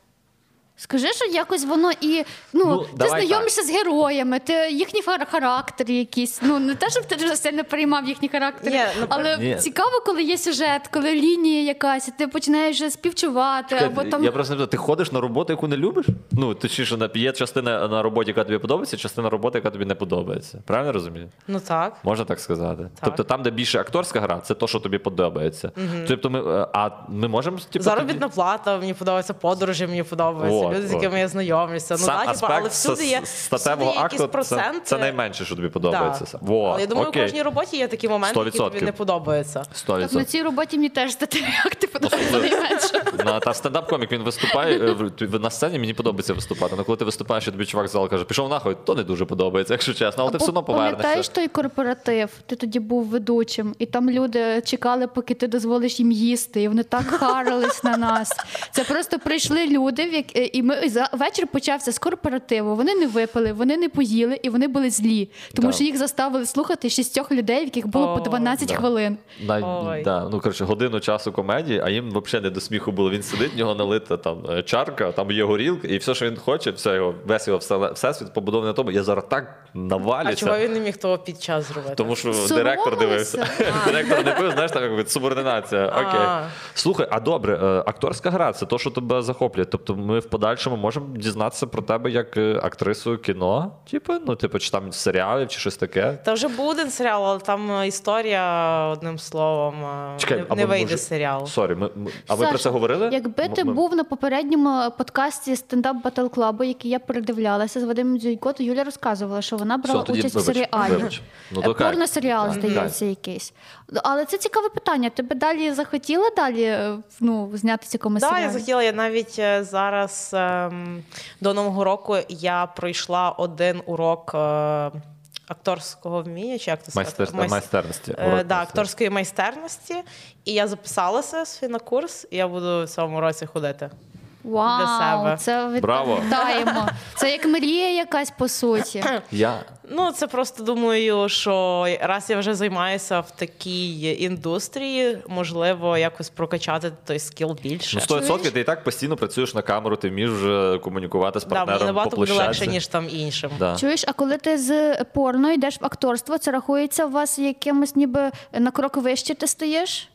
Скажи, що якось воно і ну,
Ну,
ти
давай
знайомишся з героями, ти їхні хар- характери якісь. Ну не те, щоб ти дуже сильно приймав їхні характери,
Ні, ну,
але
Ні.
цікаво, коли є сюжет, коли лінія якась, і ти починаєш вже співчувати, або там
Я просто не знаю, ти ходиш на роботу, яку не любиш? Ну, точніше, на- є частина на роботі, яка тобі подобається, частина роботи, яка тобі не подобається. Правильно я розумію?
Ну так.
Можна так сказати. Тобто там, де більше акторська гра, це то, що тобі подобається. Тобто ми, е, а ми можемо типу,
Заробітна
тоді-
плата, мені подобаються подорожі, мені подобаються
От,
люди, з
от.
якими я знайомлюся. Ну,
сам
да, типу,
аспект
але всюди є,
с- с-
всюди
статевого
є якісь
акту це,
проценти.
це найменше, що тобі подобається.
Так.
Во,
але я думаю,
окей.
у кожній роботі є такі моменти, які тобі
100%.
не подобаються.
Сто
так, на
відсотків.
цій роботі мені теж стати як ти подобається
Особливо.
найменше.
На- Та стендап-комік він виступає е, в- ти- на сцені, мені подобається виступати. Але коли ти виступаєш, і тобі чувак з залу каже, пішов нахуй, то не дуже подобається, якщо чесно, але ти все одно
Пам'ятаєш
повернешся.
той корпоратив, ти тоді був ведучим, і там люди чекали, поки ти дозволиш їм їсти, і вони так харились на нас. Це просто прийшли люди, в як- і ми і за вечір почався з корпоративу. Вони не випили, вони не поїли, і вони були злі, тому
Да.
що їх заставили слухати шістьох людей, в яких було по
О,
12
да.
хвилин.
Най,
Ой.
да, ну, коротше, годину часу комедії, а їм взагалі не до сміху було. Він сидить, в нього налита там е, чарка, там є горілка, і все, що він хоче, все його, весь його все- всесвіт побудований на тому. Я зараз так
А чого
навалюся.
він не міг того під час зробити?
Тому що
Соромилися?
директор дивився. директор не пив, знаєш, там якби субординація. Окей.
А.
Слухай, а добре, е, акторська гра це то, що тебе захоплює. Тобто ми в подальшому можемо дізнатися про тебе як е, актрису кіно, типу, ну, типу, чи там серіалів, чи щось таке.
Та вже був один серіал, але там е, історія одним словом е, не,
а
не
ми,
вийде
може-
серіал.
Сорі, ми, ми- а ми
Саш,
про це говорили?
Якби ти
М- ми-
був на попередньому подкасті стендап Батл Клабу, який я передивлялася з Вадимом Дзюйко, то Юля розказувала, що вона брала
Все, тоді
участь
вибач,
у серіалі.
вибач. Ну,
Е,
то кайф.
Порносеріал,
Так,
здається, якийсь. Ну, Але це цікаве питання. Тебе далі захотіла далі е, ну, знятися якомусь
Да,
серіалі?
я захотіла. Я навіть е, зараз ем, до нового року я пройшла один урок е, акторського вміння, чи як це сказати?
Майстерство- майстерності.
Е, да, акторської майстерності. І я записалася собі на курс, і я буду в цьому році ходити.
Вау,
для себе.
це
Браво.
вітаємо. Це як мрія якась по суті.
Я
Ну, це просто думаю, що раз я вже займаюся в такій індустрії, можливо, якось прокачати той скіл більше.
Ну, 100% ти і так постійно працюєш на камеру, ти вмієш вже комунікувати з
да, мені
партнером по
набагато буде
площадці.
легше, ніж там іншим.
Да.
Чуєш, а коли ти з е, порно е, йдеш в акторство, це рахується у вас якимось ніби на крок вище ти стаєш?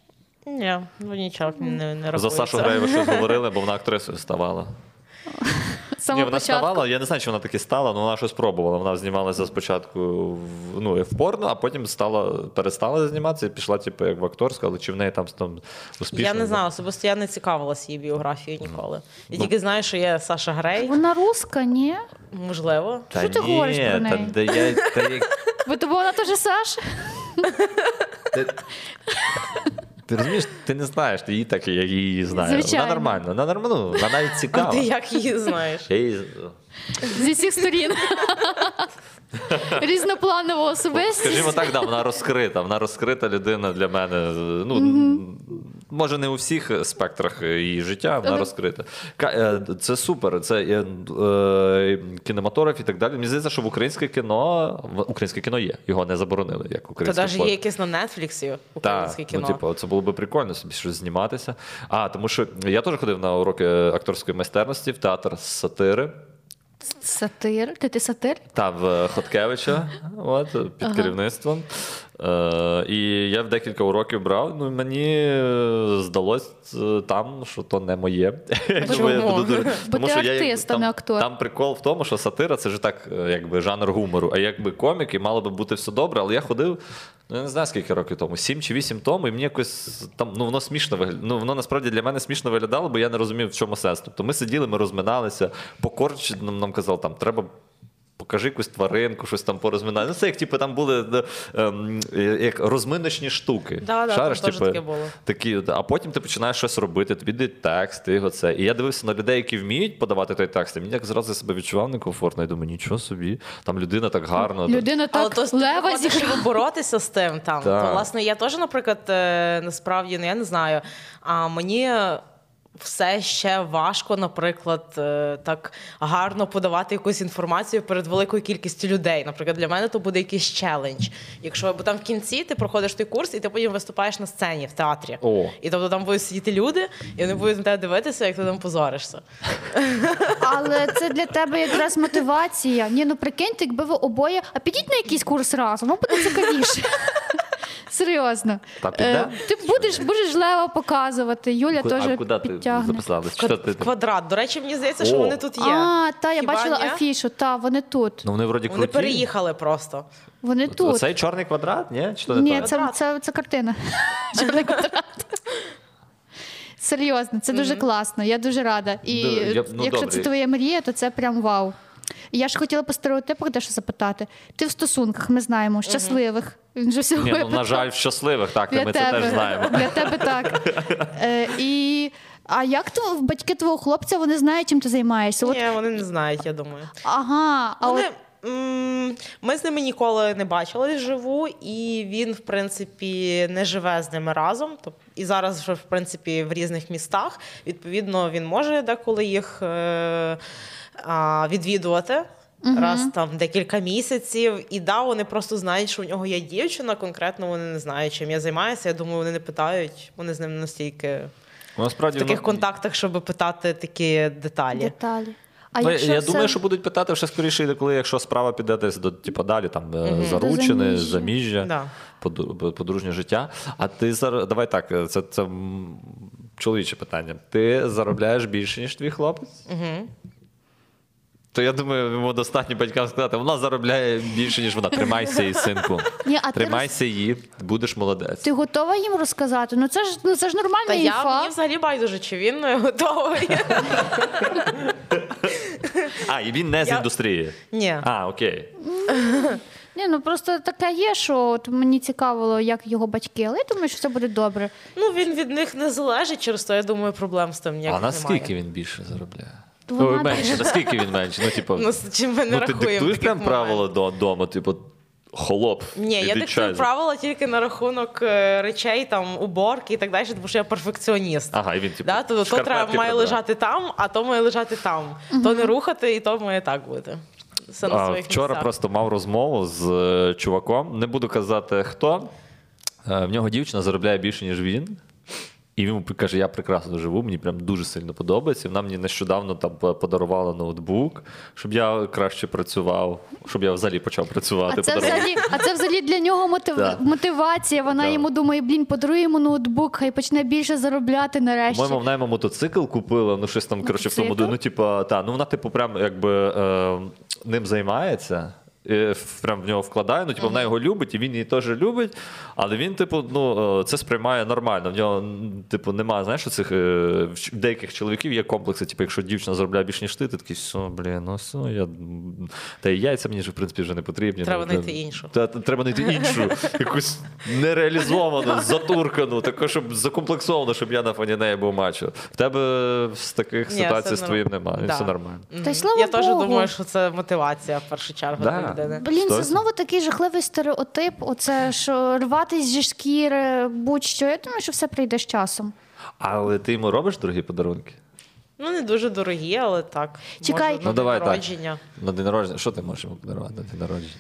Ні, ну нічого не, не
За
рахується.
Сашу Греєву щось говорили, бо вона актрисою ставала.
З самого
Ні, вона
початку.
ставала, я не знаю, чи вона таки стала, але вона щось пробувала. Вона знімалася спочатку в, ну, і в порно, а потім стала, перестала зніматися і пішла, типу, як в акторську, але чи в неї там, там успішно.
Я не знаю, особисто я не цікавилась її біографією ніколи. Я
Ну.
тільки знаю, що є Саша Грей,
Вона руска, ні?
можливо.
Та
Що ти
ні,
говориш про
Та,
неї?
де я, та, як-
Бо тобі вона теж Саша?
ти, ти розумієш, ти не знаєш, ти її так, як її знає.
Звичайно.
Вона нормальна, вона нормальна, ну, вона навіть
А
цікава.
ти як її знаєш?
Я її...
Зі всіх сторін. Різнопланова особистість.
Скажімо так, да, вона розкрита. Вона розкрита людина для мене. Ну, може, не у всіх спектрах її життя, вона
Але-
розкрита. Ка- е, Це супер. Це е, е, кінематограф і так далі. Мені здається, що в українське кіно в- українське кіно є. Його не заборонили, як
То
українське
навіть є якесь на Нетфліксі
так,
українське
ну,
кіно.
типу, це було би прикольно собі щось зніматися. А, тому що я теж ходив на уроки е, акторської майстерності в театр з сатири.
Сатир. Ти ти сатир?
Та в е, Хоткевича, от е, під керівництвом. Е, і я в декілька уроків брав. Ну мені здалося там, що то не моє. Тому я
чому?
буду дуже-
Бо ти
я, якби,
артист, а
там-
не актор.
Там прикол в тому, що сатира це ж так, е, якби жанр гумору. А якби комік, і мало би бути все добре, але я ходив. Ну, я не знаю, скільки років тому, сім чи вісім тому, і мені якось там ну воно смішно виглядало. Ну воно насправді для мене смішно виглядало, бо я не розумів, в чому сенс. Тобто ми сиділи, ми розминалися, покорч нам, нам казав, там треба. Покажи якусь тваринку, щось там порозминати. Ну, це як типу, там були е, ем, е, як розминочні штуки.
Да-да, там
Шариш,
теж
типу,
таке було.
Такі, а потім ти починаєш щось робити, тобі йде текст, ти його це. І я дивився на людей, які вміють подавати той текст. І мені як зразу себе відчував некомфортно. Я думаю, нічого собі, там людина так гарно.
Ну, Людина
Але
так
то ти
лева
виходиш,
зіграла.
щоб боротися з тим там.
Так.
То, власне, я теж, наприклад, е, насправді, ну я не знаю. А мені все ще важко, наприклад, е, так гарно подавати якусь інформацію перед великою кількістю людей. Наприклад, для мене то буде якийсь челендж. Якщо бо там в кінці ти проходиш той курс, і ти потім виступаєш на сцені в театрі.
О.
І тобто там будуть сидіти люди, і вони будуть на тебе дивитися, як ти там позоришся.
Але це для тебе якраз мотивація. Ні, ну прикиньте, якби ви обоє. А підіть на якийсь курс разом, вам буде цікавіше. Серйозно. Е,
Та піде?
ти будеш, будеш лева показувати. Юля
Ку- а
теж
куди ти
підтягне.
записалась? Що ти?
Квадрат. До речі, мені здається, що
О.
вони тут є.
А, та я
Хіба
бачила
ні?
афішу, та вони тут.
Ну вони вроді
Вони
круті.
переїхали просто.
Вони
О-
тут.
Оцей чорний квадрат, ні? Чи то не
Ні,
так?
це, це, це картина. Чорний квадрат. Серйозно, це дуже класно. Я дуже рада. І
Да, я- ну,
якщо
добре.
це твоя мрія, то це прям вау. І Я ж хотіла по стереотипах дещо запитати. Ти в стосунках, ми знаємо, щасливих. Він же всього
Ні, ну, на
питав.
жаль, в щасливих, так,
Для
ми це
тебе.
теж знаємо.
Для тебе так. Е, і, а як то батьки твого хлопця вони знають, чим ти займаєшся? От,
Ні, вони не знають, я думаю.
ага, а
Вони,
от,
м, ми з ними ніколи не бачились живу, і він, в принципі, не живе з ними разом. Тоб- І зараз вже, в принципі, в різних містах. Відповідно, він може деколи їх е, а, відвідувати. Раз там декілька місяців, і да, вони просто знають, що у нього є дівчина. Конкретно вони не знають, чим я займаюся. Я думаю, вони не питають. Вони з ним не настільки
Ну,
в
Насправді
таких
воно-
контактах, щоб питати такі деталі.
деталі. А
Ну,
якщо
я
це-
думаю, що будуть питати вже скоріше, коли якщо справа піде десь до типу, далі, там е, заручене,
заміжжя.
заміжжя,
Да.
поду- подружнє життя. А ти зараз давай так, е, це, це м, чоловіче питання. Ти заробляєш більше, ніж твій хлопець?
Угу.
То я думаю, йому достатньо батькам сказати, вона заробляє більше, ніж вона. Тримайся її, синку.
Ні, а ти
Тримайся її, будеш молодець.
Ти готова їм розказати? Ну це ж ну це ж нормальна
Та я
інфа.
мені взагалі байдуже, чи він е, готовий.
А, і він не з
Я-
індустрії.
Ні.
А, окей.
Ні, ну просто таке є, що от мені цікавило, як його батьки, але я думаю, що все буде добре.
Ну він від них не залежить, через то я думаю, проблем з тим
а
ніяких
наскільки
немає.
він більше заробляє?
Вона
Ой, менше, наскільки він менше? Ну, типу,
Ну, з чим ми не
Ну, ти
рахуємо.
диктуєш
таких
прям правила
моментів.
до дому, типу, холоп.
Ні, я
іди чай
диктую
за-
правила тільки на рахунок е, речей, там уборки і так далі, тому що я перфекціоніст.
Ага, і він типу.
Да, то, то
шкарпетки
треба має
прибирає.
лежати там, а то має лежати там. То не рухати, і то має так бути. Все на
А,
своїх
Вчора
місцях.
просто мав розмову з е, чуваком. Не буду казати хто. Е, В нього дівчина заробляє більше, ніж він. І він каже: я прекрасно живу, мені прям дуже сильно подобається. І Вона мені нещодавно там подарувала ноутбук, щоб я краще працював, щоб я взагалі почав працювати.
А це,
подарувала.
взагалі, а це взагалі для нього мотив...
Да.
мотивація. Вона
Да.
йому думає, блін, подарує йому ноутбук, хай почне більше заробляти нарешті.
По-моєму, вона йому мотоцикл купила, ну щось там, коротше, в тому
Мотоцикл?
ну, типа, та, ну вона, типу, прям якби е, ним займається. І в- прям в нього вкладає, ну типу, вона його любить, і він її теж любить. Але він, типу, ну е, це сприймає нормально. В нього, м, типу, немає, знаєш, цих деяких чоловіків є комплекси. Типу, якщо дівчина заробляє більш ніж ти, ти такий, все, блін, ну все, я м, та і яйця мені ж в принципі вже не потрібні.
Треба
Ну,
знайти
та-
іншу.
та, та треба знайти іншу, якусь нереалізовану, затуркану, таку, щоб закомплексовану, щоб я на фоні неї був мачо. В тебе з таких
Ні,
ситуацій
все
з твоїм
нормально.
немає.
Да.
Все нормально.
Мгм.
Та й слава
Я теж
Богу.
думаю, що це мотивація в першу чергу
Да.
для людини.
Блін, це
Сто-
знову такий жахливий стереотип. Оце що рватись зі шкіри, будь-що. Я думаю, що все прийде з часом.
Але ти йому робиш дорогі подарунки?
Ну не дуже дорогі, але так.
Чекай.
Може,
Ну,
на день
давай так.
народження.
На день народження. Що ти можеш йому подарувати на день народження?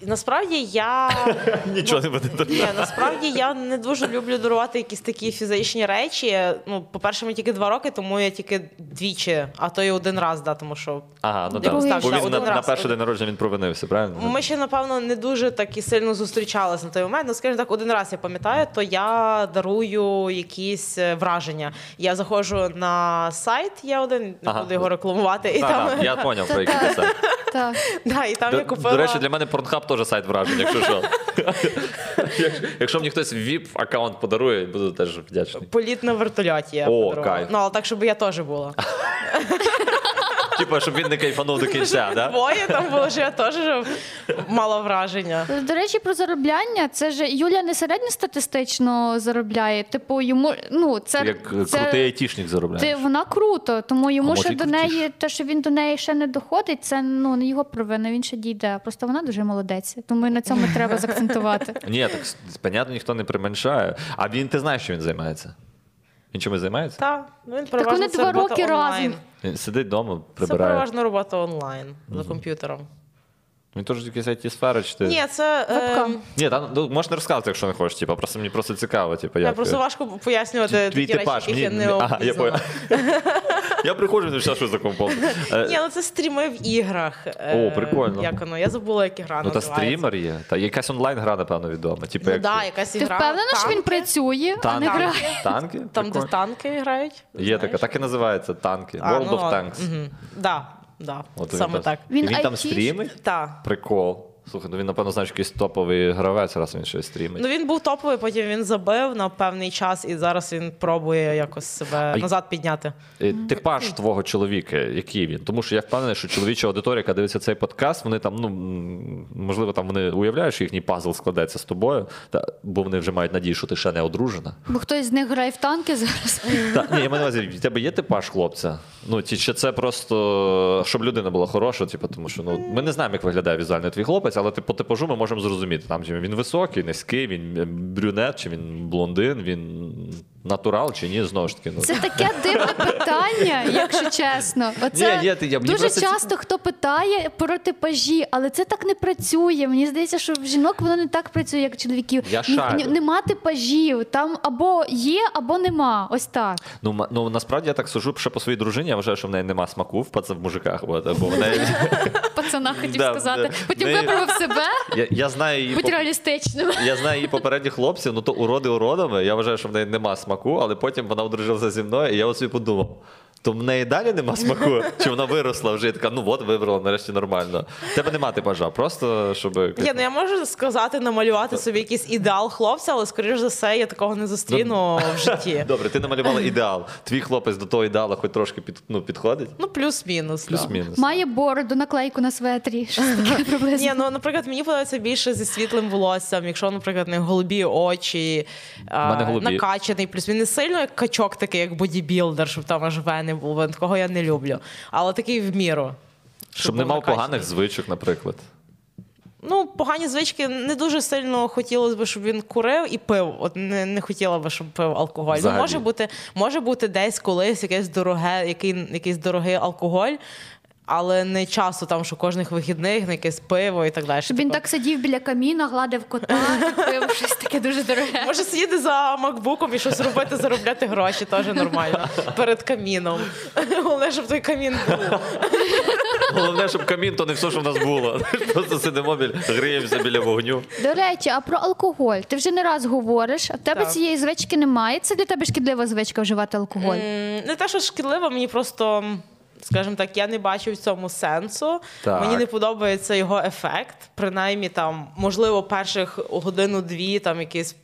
І Насправді я Ну,
Нічого не буде дарувати.
Ні, насправді я не дуже люблю дарувати якісь такі фізичні речі. Ну, по-перше, мені тільки два роки, тому я тільки двічі, а то й один раз, да, тому що
Ага, ну
Другий
так. Бо
раз,
він на,
один
на
раз.
перший день народження він провинився, правильно?
ми ще напевно не дуже так і сильно зустрічалися на той момент. Ну, скажімо так, один раз я пам'ятаю, то я дарую якісь е, враження. Я заходжу на сайт, я один не
Ага.
буду його рекламувати, і
Та,
там
та, я поняв, про який ти сайт.
Так.
да, і там
До,
я купила.
до речі, для мене Pornhub теж сайт вражень, якщо що. якщо, якщо мені хтось vip аккаунт подарує, буду теж вдячний.
Політ на вертольоті
О,
я подарувала.
кайф.
Ну, але так, щоб я теж була.
Типа, щоб він не кайфанув до кінця, да?
Двоє там було, що я теж мала враження.
До речі, про заробляння. Це ж Юля не середньостатистично заробляє. Типу, йому ну це
Як е,
це-
крутий айтішник
Ти
заробляє.
вона круто, тому
А
йому
може,
ще
й
до
крутіше.
неї, те, що він до неї ще не доходить, це ну не його провина. Він ще дійде. Просто вона дуже молодець. Тому і на цьому треба закцентувати.
Ні, так с- понятно, ніхто не применшає. А він ти знаєш, що він займається? Він чимось займається?
Та, ну, він
Так
переважно
вони
це
два
робота
роки
онлайн.
разом.
Він сидить вдома,
Це
прибирає.
переважно робота онлайн за комп'ютером.
Він теж якісь it сфери чи ти.
Ні, це е,
Вебкам.
Ні, там ну, можна розказати, якщо не хочеш. Типа, просто мені просто цікаво, типу,
я
як.
просто важко пояснювати
Твій
такі
типаж.
речі, яких я
мені-
не
Ага, я
опізнала.
понял. Я приходжу, він все, що за компом. Е,
Ні, ну це стріми в іграх. е,
О, прикольно.
Як воно? Я забула, як гра
Ну та
називається.
стрімер є. Та якась онлайн гра, напевно, відома. Типу,
Ну
як
да, якась
Ти
ігра.
впевнена, що він
танки.
працює, а не
танки.
грає?
Танки?
Там, де
Прикольно.
танки грають.
Є така, так і називається танки.
А,
World
ну,
of
ладно.
Tanks.
Мгм. Да, да,
От він
саме
там-
так.
І Він,
Він
там
IT-щ.
стрімить?
Та.
Прикол. Слухай, ну він, напевно, знаєш, якийсь топовий гравець, раз він щось стрімить.
Ну він був топовий, потім він забив на певний час, і зараз він пробує якось себе
й-
назад підняти.
Е, Типаж твого чоловіка, який він? Тому що я впевнений, що чоловіча аудиторія, яка дивиться цей подкаст, вони там, ну м, можливо, там вони уявляють, що їхній пазл складеться з тобою, та, бо вони вже мають надію, що ти ще не одружена.
Бо хтось з них грає в танки зараз.
Та, ні, я маю на увазі, в тебе є типаж хлопця? Ну, ті, чи це просто, щоб людина була хороша, типу, тому що ну, ми не знаємо, як виглядає візуально твій хлопець, але типу, типажу ми можемо зрозуміти. Там, чи він високий, низький, він е, брюнет, чи він блондин, він натурал, чи ні, знову ж таки. Ну,
Це таке дивне питання, якщо чесно. Оце
Ні, є, ти- я- мені
дуже
просто ці-
часто хто питає про типажі, але це так не працює. Мені здається, що в жінок воно не так працює, як в чоловіків.
Я
Ні-
шарю.
ні- нема типажів. Там або є, або нема. Ось так.
Ну, ма- ну насправді я так сужу ще по своїй дружині, я вважаю, що в неї нема смаку в паце в мужиках. От, або в неї,
Пацана хотів
Да,
сказати.
да.
Потім
Не-
виправив себе,
я, я знаю її.
будь
по-
реалістичним.
Я знаю її попередніх хлопців, ну то уроди уродами. Я вважаю, що в неї нема смаку, але потім вона одружилася зі мною, і я от собі подумав. То в неї далі нема смаку, чи вона виросла вже і така, ну от вибрала нарешті нормально. В Тебе нема типажа, просто щоб.
Ні, ну я можу сказати, намалювати собі якийсь ідеал хлопця, але скоріш за все я такого не зустріну в житті.
Добре, ти намалювала ідеал. Твій хлопець до того ідеала хоч трошки під, ну, підходить.
Ну, плюс-мінус. да.
Плюс-мінус.
Має бороду, наклейку на светрі. Щось таке приблизно.
Ні, ну наприклад, мені подобається більше зі світлим волоссям, якщо, наприклад, не голубі очі, а,
мене голубі.
накачаний. Плюс він не сильно як качок, такий, як бодібілдер, щоб там аж вени були. Такого я не люблю. Але такий в міру.
Щоб не
був
мав
накачаний.
поганих звичок, наприклад.
Ну, погані звички не дуже сильно хотілося б, щоб він курив і пив. От не, не хотіла би, щоб пив алкоголь. Ну,
Взагалі.
може бути, може бути десь колись якесь дороге, який, якийсь дорогий алкоголь. але не часу там, що кожних вихідних на якесь пиво і так далі.
Щоб він
Типу,
так сидів біля каміна, гладив кота, пив щось таке дуже дороге.
Може сидіти за макбуком і щось робити, заробляти гроші теж нормально перед каміном. Головне, щоб той камін був.
Головне, щоб камін, то не все, що в нас було. Просто сидимо біля, гриємося біля вогню.
До речі, а про алкоголь ти вже не раз говориш, а в тебе
Так.
цієї звички немає. Це для тебе шкідлива звичка вживати алкоголь.
М, Не те, що шкідливо, мені просто. м, Скажімо так, я не бачу в цьому сенсу.
Так.
Мені не подобається його ефект. Принаймні, там, можливо, перших годину-дві там якийсь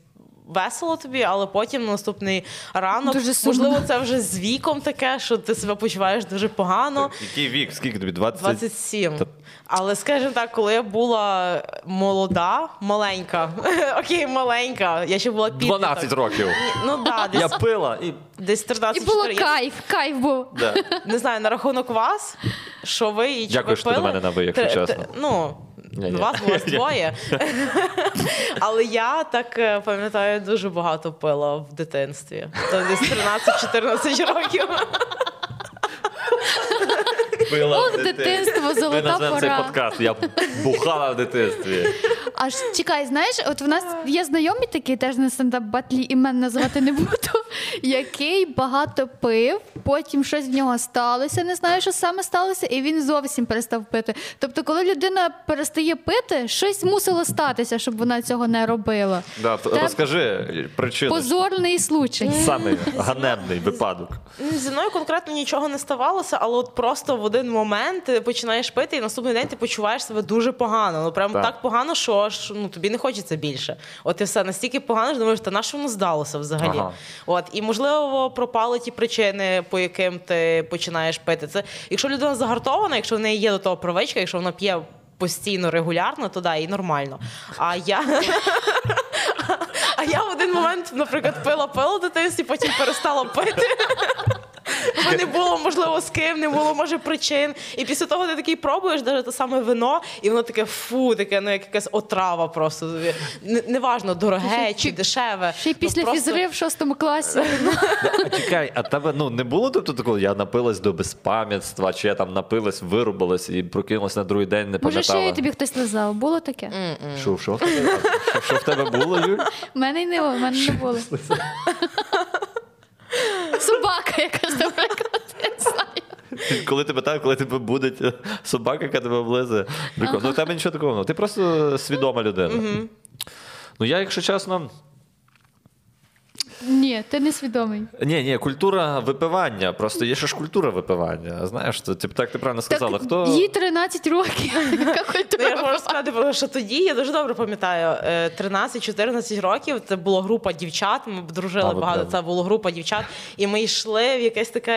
весело тобі, але потім наступний ранок.
Дуже сумно.
можливо, це вже з віком таке, що ти себе почуваєш дуже погано.
Який вік? Скільки тобі? 20?
27.
Та-
Але скажімо так, коли я була молода, маленька, окей, маленька, я ще була підліток.
12 років.
Ну да, десь,
Я пила і.
десь 13
І було
14.
кайф, кайф був.
Да.
Не знаю, на рахунок вас, що ви і чи
Дякую,
ви
що ти
пили?
до мене на ви, якщо
Те- те-
чесно.
Ну,
Ні-ні.
вас було двоє. Але я так е, пам'ятаю, дуже багато пила в дитинстві. То десь 13-14 років.
Пила
Ох, дитинство,
Ми
золота
назвемо цей
пора.
подкаст. Я бухала в дитинстві.
Аж чекай, знаєш, от в нас є знайомі такі, теж на стендап батлі імен називати не буду, який багато пив, потім щось в нього сталося, не знаю, що саме сталося, і він зовсім перестав пити. Тобто, коли людина перестає пити, щось мусило статися, щоб вона цього не робила.
Да, т-
Та-
Розкажи причину.
Позорний случай.
Самий ганебний випадок.
Ну, Зі мною конкретно нічого не ставалося, але от просто в один момент ти починаєш пити, і наступний день ти почуваєш себе дуже погано. Ну прям
Так.
так, погано, що аж ну тобі не хочеться більше. От і все настільки погано, що думаєш, та на що воно здалося взагалі?
Ага.
От і можливо пропали ті причини, по яким ти починаєш пити. Це якщо людина загартована, якщо в неї є до того привичка, якщо вона п'є. Постійно регулярно, то да, і нормально. А я а я в один момент, наприклад, пила пила в дитинстві, потім перестала пити. Бо не було можливо з ким, не було може причин. І після того ти такий пробуєш навіть те саме вино, і воно таке фу, таке, ну як якась отрава просто. Н- Неважно, дороге чи дешеве.
Ще й
Ну,
після
просто-
фізри в шостому класі.
Е, ну, А чекай, а тебе ну не було тобто такого, я напилась до безпам'ятства, чи я там напилась, вирубалась і прокинулась на другий день, не
Може,
пам'ятала.
ще тобі хтось лизав. Було таке?
Що, що, в тебе- що, що в тебе було, Юль?
У мене й не, у мене не було. Собака якась, наприклад, я не знаю.
Коли тебе так, коли тебе буде собака, яка тебе облизе. Прикол. Ну в тебе нічого такого. немає. Ти просто свідома людина. Ну я, якщо чесно,
Ні, ти не свідомий.
ні, ні, культура випивання. Просто є ще ж культура випивання. Знаєш, то типу так ти правильно сказала. Хто
Їй 13 років. Яка
Ну, я ж
культура?
можу сказати, бо що тоді я дуже добре пам'ятаю. е, 13-14 років це була група дівчат. Ми б дружили
А, от
багато.
реально.
Це була група дівчат, і ми йшли в якийсь такий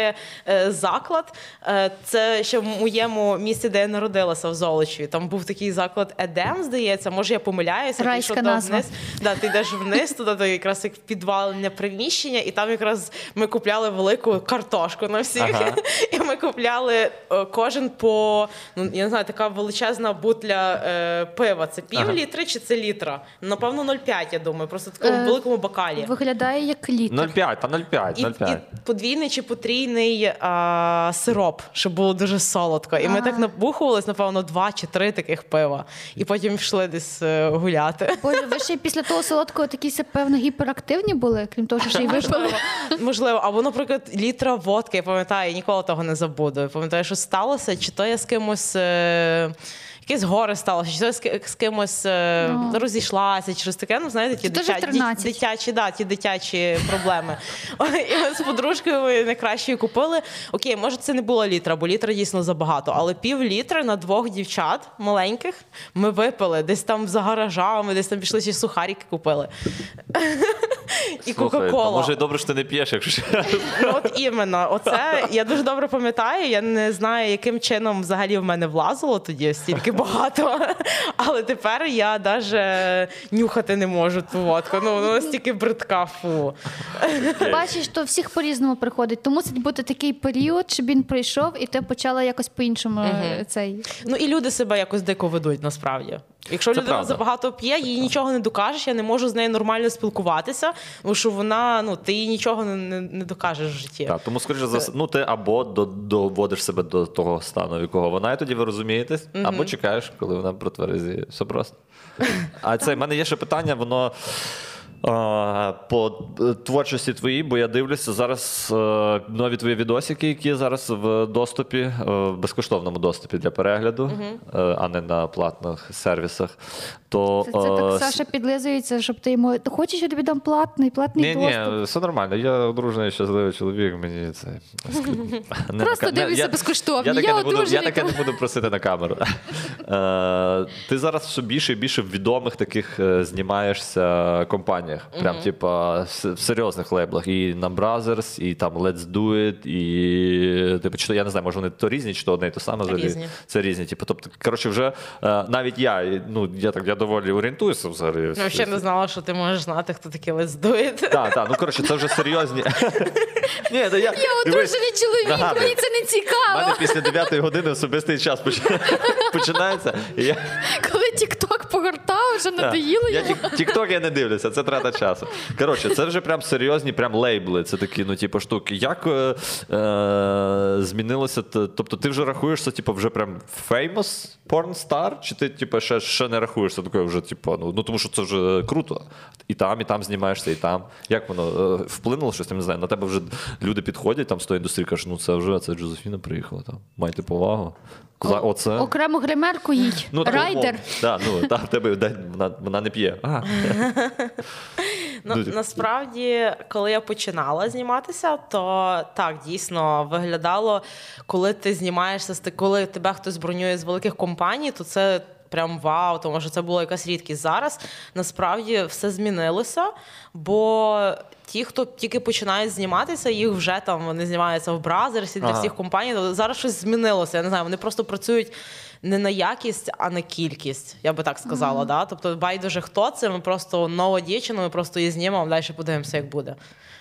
е, заклад. Е, Це ще в моєму місті, де я народилася в Золочеві. Там був такий заклад Едем, здається. Може, я помиляюся. ти
Райська
йшов там
назва.
вниз. Да, ти йдеш вниз, туди то якраз як підвалення приміщення, і там якраз ми купляли велику картошку на всіх.
Ага.
І ми купляли е, кожен по ну я не знаю, така величезна бутля е, пива. Це пів
Ага.
літри чи це літра? Напевно, 0,5, я думаю, просто в такому
Е,
великому бокалі.
Виглядає як літер.
0,5, та 0,5,
І, і
0,5.
подвійний чи потрійний а, сироп, щоб було дуже солодко. І ми
А.
так набухувались, напевно, два чи три таких пива. І потім йшли десь е, гуляти.
Боже, ви ще й після того солодкого такі, се, певно, гіперактивні були, крім того, що ще й випили.
Можливо, або, наприклад, літра водки, я пам'ятаю, я ніколи того не забуду. Я пам'ятаю, що сталося, чи то я з кимось. Е... Якесь горе сталося, чи то я з ки- з кимось е,
Ну.
розійшлася, чи щось таке. Ну знаєте, ті
Це теж в
дитя-
13.
ді- дитячі, да, ті дитячі проблеми. І ми з подружкою ми найкращою купили. Окей, може, це не було літра, бо літра дійсно забагато, але пів літра на двох дівчат маленьких ми випили десь там за гаражами, десь там пішли ще сухаріки купили. І
Слухай, та
Кока-Кола.
може і добре, що ти не п'єш, якщо ще.
Ну, От іменно, оце я дуже добре пам'ятаю. Я не знаю, яким чином взагалі в мене влазило тоді стільки багато. Але тепер я навіть нюхати не можу ту водку. Ну воно настільки бридка, фу.
Бачиш, то всіх по-різному приходить. То мусить бути такий період, щоб він пройшов, і ти почала якось по-іншому е, цей.
Ну і люди себе якось дико ведуть насправді. Якщо
Це
людина
правда.
забагато п'є, їй нічого не докажеш, я не можу з нею нормально спілкуватися, тому що вона, ну, ти їй нічого не, не, не докажеш в житті.
Так, тому скоріше за все, ну ти або до- доводиш себе до того стану, в якого вона, і тоді ви розумієтесь, або чекаєш, коли вона протверезіє. Все просто. А це в мене є ще питання, воно. е, По е, творчості твоїй, бо я дивлюся зараз е, нові твої відосики, які зараз в доступі, е, в безкоштовному доступі для перегляду, е, а не на платних сервісах. То
Це, це
е,
так Саша підлизується, щоб ти йому ти хочеш, я тобі дам платний, платний
ні,
доступ.
ні, все нормально. Я одружений щасливий чоловік. Мені це не
Просто
на ка- не,
дивлюся безкоштовно,
Я таке,
я
не буду, я
одружений,
таке не буду просити на камеру. Е, ти зараз все більше і більше в відомих таких е, знімаєшся компаніях. Прям типа с- в серйозних лейблах. І на Brothers, і там Let's Do It, і типу, чи то я не знаю, може вони то різні, чи то одне і то саме взагалі.
Різні.
Це різні. Типу, тобто, коротше, вже е, навіть я, і, ну я так я доволі орієнтуюся взагалі.
Я взагалі не знала, що ти можеш знати, хто такий лездует.
Так, так, ну коротше, це вже серйозні. Ні, то я
Я одружений чоловік,
нагадую.
мені це не
У
цікаво.
мене після 9 години особистий час поч- починається. і Я,
Коли Тік-Ток погортав, вже
так,
надоїло
я
йому.
тік- тік-ток я не дивлюся, це трата часу. Коротше, це вже прям серйозні прям лейбли. Це такі, ну, типу, штуки. Як е, е, змінилося? т- Тобто ти вже рахуєшся, типу, вже прям famous pornstar, чи ти типу, ще, ще не рахуєшся такою вже, типу, ну, ну тому що це вже круто. І там, і там знімаєшся, і там. Як воно е, вплинуло щось, я не знаю. На тебе вже люди підходять там з тої індустрії, кажуть, ну це вже це Джозефіна приїхала там. Майте повагу. За оце.
Окрему гримерку їй.
Ну, так,
Райдер.
умовно. Да, ну, та, в тебе, да, вона, вона не п'є. Ага.
Ну,
Дуже.
насправді, коли я починала зніматися, то так дійсно виглядало, коли ти знімаєшся, з ти- коли тебе хтось бронює з великих компаній, то це. Прям вау, тому що це була якась рідкість. Зараз насправді все змінилося, бо ті, хто тільки починають зніматися, їх вже там вони знімаються в бразерсі для
Ага.
всіх компаній. Тобто Зараз щось змінилося. Я не знаю, вони просто працюють не на якість, а на кількість. Я би так сказала. Да? Тобто, байдуже хто це. Ми просто нова дівчина, ми просто її знімемо, далі подивимося, як буде.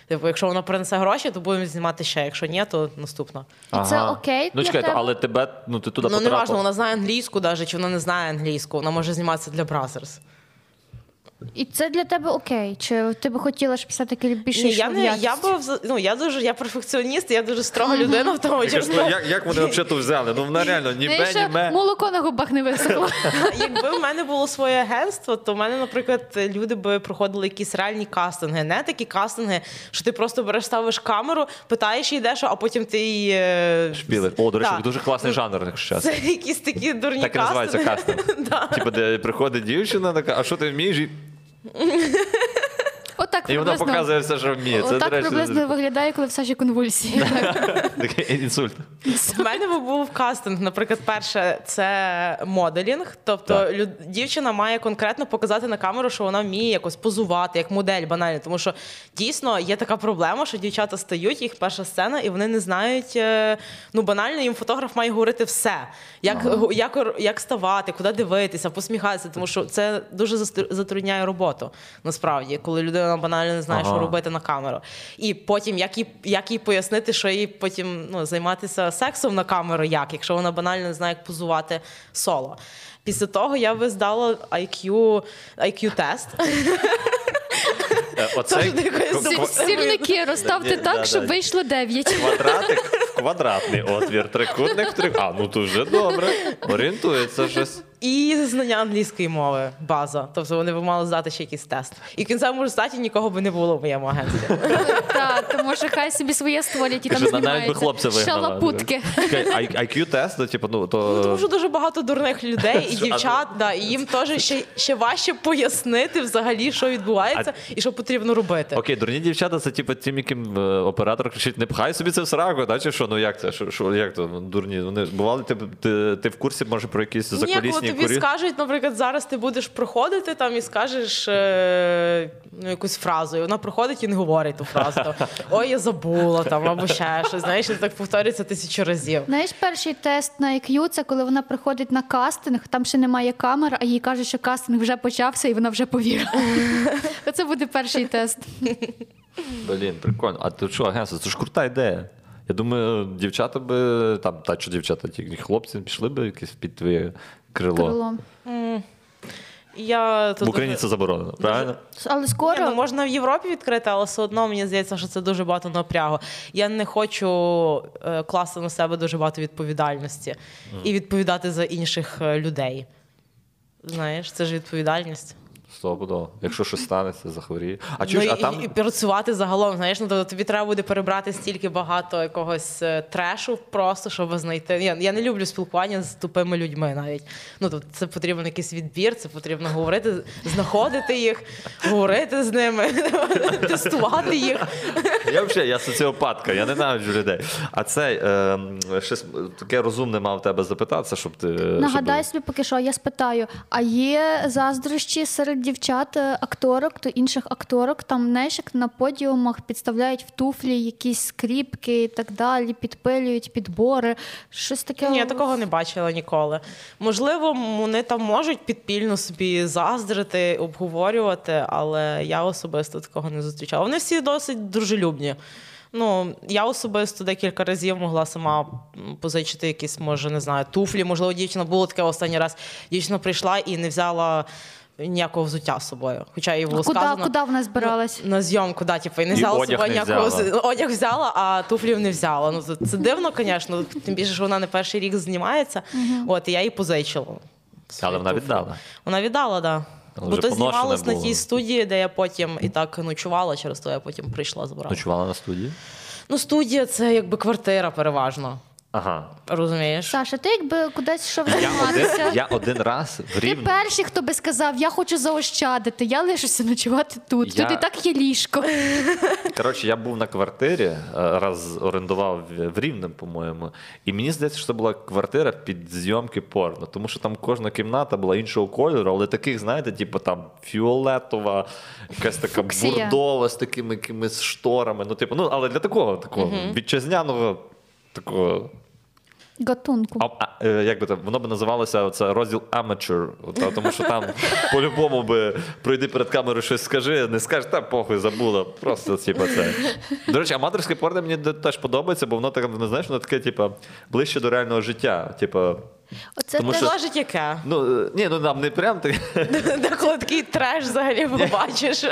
Типу, якщо вона принесе гроші, то будемо знімати ще. Якщо ні, то наступна.
І це окей
Ну,
для
чекай,
тебе?
але тебе, ну, ти туди
ну не
потрапила.
важливо, вона знає англійську, навіть чи вона не знає англійську, вона може зніматися для Бразерс.
І це для тебе окей. Чи ти би хотіла, щоб все-таки більше
Ні,
йшло
я
в
не я
якість?
би вза- ну я дуже я перфекціоніст, я дуже строга людина в тому
Я кажу,
числі.
ну, як, як вони взагалі взяли? Ну, вона реально ні
Ну, і
бе,
ще
ні ме.
молоко на губах не висохло.
Якби в мене було своє агентство, то в мене, наприклад, люди би проходили якісь реальні кастинги, не такі кастинги, що ти просто береш ставиш камеру, питаєш їй дещо, а потім ти її е,
Шпіли. О, до речі,
Да.
дуже класний жанр, якщо
Це
чесно.
якісь такі дурні
Так і
кастинги.
називається кастинг.
Да.
Типу, де приходить дівчина, така, а що ти вмієш? І-
Отак
І вона
приблизно-
показує все, що вміє. Це, до
Отак
речі,
приблизно виглядає, коли в Саші конвульсії.
такий інсульт.
В мене би був кастинг. Наприклад, перше це моделінг. Тобто
Так.
люд... дівчина має конкретно показати на камеру, що вона вміє якось позувати, як модель банально. Тому що дійсно є така проблема, що дівчата стають, їх перша сцена, і вони не знають. е, Ну банально їм фотограф має говорити все. Як, гу- як, ор- як ставати, куди дивитися, посміхатися, тому що це дуже застр- затрудняє роботу. Насправді, коли людина банально не знає,
Ага.
що робити робити на камеру. І потім як їй, як їй пояснити, що їй потім ну, займатися сексом на камеру, як, якщо вона банально не знає, як позувати соло. Після того я би здала IQ, IQ-тест.
Е,
Тож
Оцей
дикою
ку-
сумою.
ку-
Сірники розставте
Да,
так,
да,
щоб
да.
вийшло 9.
квадратик в квадратний отвір, трикутник в трикутник. А, ну то вже добре. Орієнтується щось.
І знання англійської мови база. Тобто вони б мали здати ще якийсь тест. І в кінцевому результаті нікого би не було в моєму
Е.
агентстві.
Так, тому що хай собі своє створять і там
Каже, на- навіть би
знімаються.
хлопця вигнала.
Шалапутки.
IQ-тест, ну, типу, ну, то...
Тому що дуже багато дурних людей і
Що, а
дівчат, да, і їм теж ще, ще важче пояснити взагалі, що відбувається і що потрібно робити.
Окей, дурні дівчата, це типу тим, яким е, оператор кричить, не пхай собі це в сраку, та чи що? Ну як це? Що, що як то? Ну, Дурні, вони ж бували, ти, ти, ти в курсі, може, про якісь
Ні, коли
заколісні
тобі
курі?
скажуть, наприклад, зараз ти будеш проходити там і скажеш е, ну, якусь фразу, і вона проходить і не говорить ту фразу. Там, Ой, я забула там або ще щось. Знаєш, і так повторюється тисячу разів.
Знаєш, перший тест на IQ – це коли вона приходить на кастинг, там ще немає камер, а їй кажуть, що кастинг вже почався, і вона вже повірила. Це буде перший тест.
Блін, прикольно. А ти що, агентство? Це ж крута ідея. Я думаю, дівчата би там, та що дівчата, ті хлопці пішли би якісь під твоє крило.
Крило.
Я тут
В Україні це заборонено, правильно?
Але
Ні,
скоро
ну, можна в Європі відкрити, але все одно мені здається, що це дуже багато напрягу. Я не хочу е, класти на себе дуже багато відповідальності і відповідати за інших е, людей. Знаєш, це ж відповідальність.
Стопудово. Якщо щось станеться, захворіє. А
ну,
чуєш, а
і,
там
і працювати загалом, знаєш, ну то тобі треба буде перебрати стільки багато якогось е, трешу, просто щоб знайти. Я, я не люблю спілкування з тупими людьми навіть. Ну тобто це потрібен якийсь відбір, це потрібно говорити, знаходити їх, говорити з ними, тестувати їх.
Я взагалі я соціопатка, я ненавиджу людей. А це е, м, щось таке розумне мав тебе запитатися, щоб ти е,
нагадай
щоб...
собі поки що, я спитаю: а є заздрощі серед дівчат, е, акторок та інших акторок, там знаєш, як на подіумах підставляють в туфлі якісь скріпки і так далі, підпилюють підбори, щось таке.
Ні, я такого не бачила ніколи. Можливо, м, вони там можуть підпільно собі заздрити, обговорювати, але я особисто такого не зустрічала. Вони всі досить дружелюбні. Ну, я особисто декілька разів могла сама м, позичити якісь, може, не знаю, туфлі. Можливо, дівчина було таке останній раз. Дівчина прийшла і не взяла ніякого взуття з собою. Хоча їй було
А Ну, куди,
сказано.
куди вона збиралась?
Ну, На зйомку, да, типу, і не
І
взяла з
одяг
собою
не
ніякого
взяла.
з- одяг взяла, а туфлів не взяла. Ну це, це дивно, звісно, тим більше, що вона не перший рік знімається. От і я їй позичила. свої
Але вона
туфлі.
віддала.
Вона віддала, да.
Але
Бо
вже
то
поношене
знімалось на
було.
тій студії, де я потім і так ночувала, через то я потім прийшла забрала.
Ночувала на студії?
Ну, студія це якби квартира переважно.
Ага.
Розумієш?
Саша, ти якби кудись йшов
Я
займатися.
один, я один раз в
Ти
рівні.
перший, хто би сказав, я хочу заощадити, я лишуся ночувати тут.
Я-
Тут і так є ліжко.
Коротше, я був на квартирі, е, раз орендував в в Рівнем, по-моєму. І мені здається, що це була квартира під зйомки порно, тому що там кожна кімната була іншого кольору, але таких, знаєте, типу там фіолетова, якась така
Фуксія.
бурдова з такими якимись шторами. Ну, типу, ну але для такого, такого вітчизняного. Такого,
Гатунку.
а, а, е, як би там, воно би називалося це розділ amateur, та- тому що там по-любому би пройди перед камерою щось скажи, не скажеш, та похуй забула. Просто типу, це. До речі, аматорське порно мені де- теж подобається, бо воно таке, ну, знаєш, воно таке, типу, ближче до реального життя. Типу,
Оце
тому
те-
що-
Залежить яке.
ну е, ні, ну нам не прям так.
Деколи такий треш взагалі побачиш.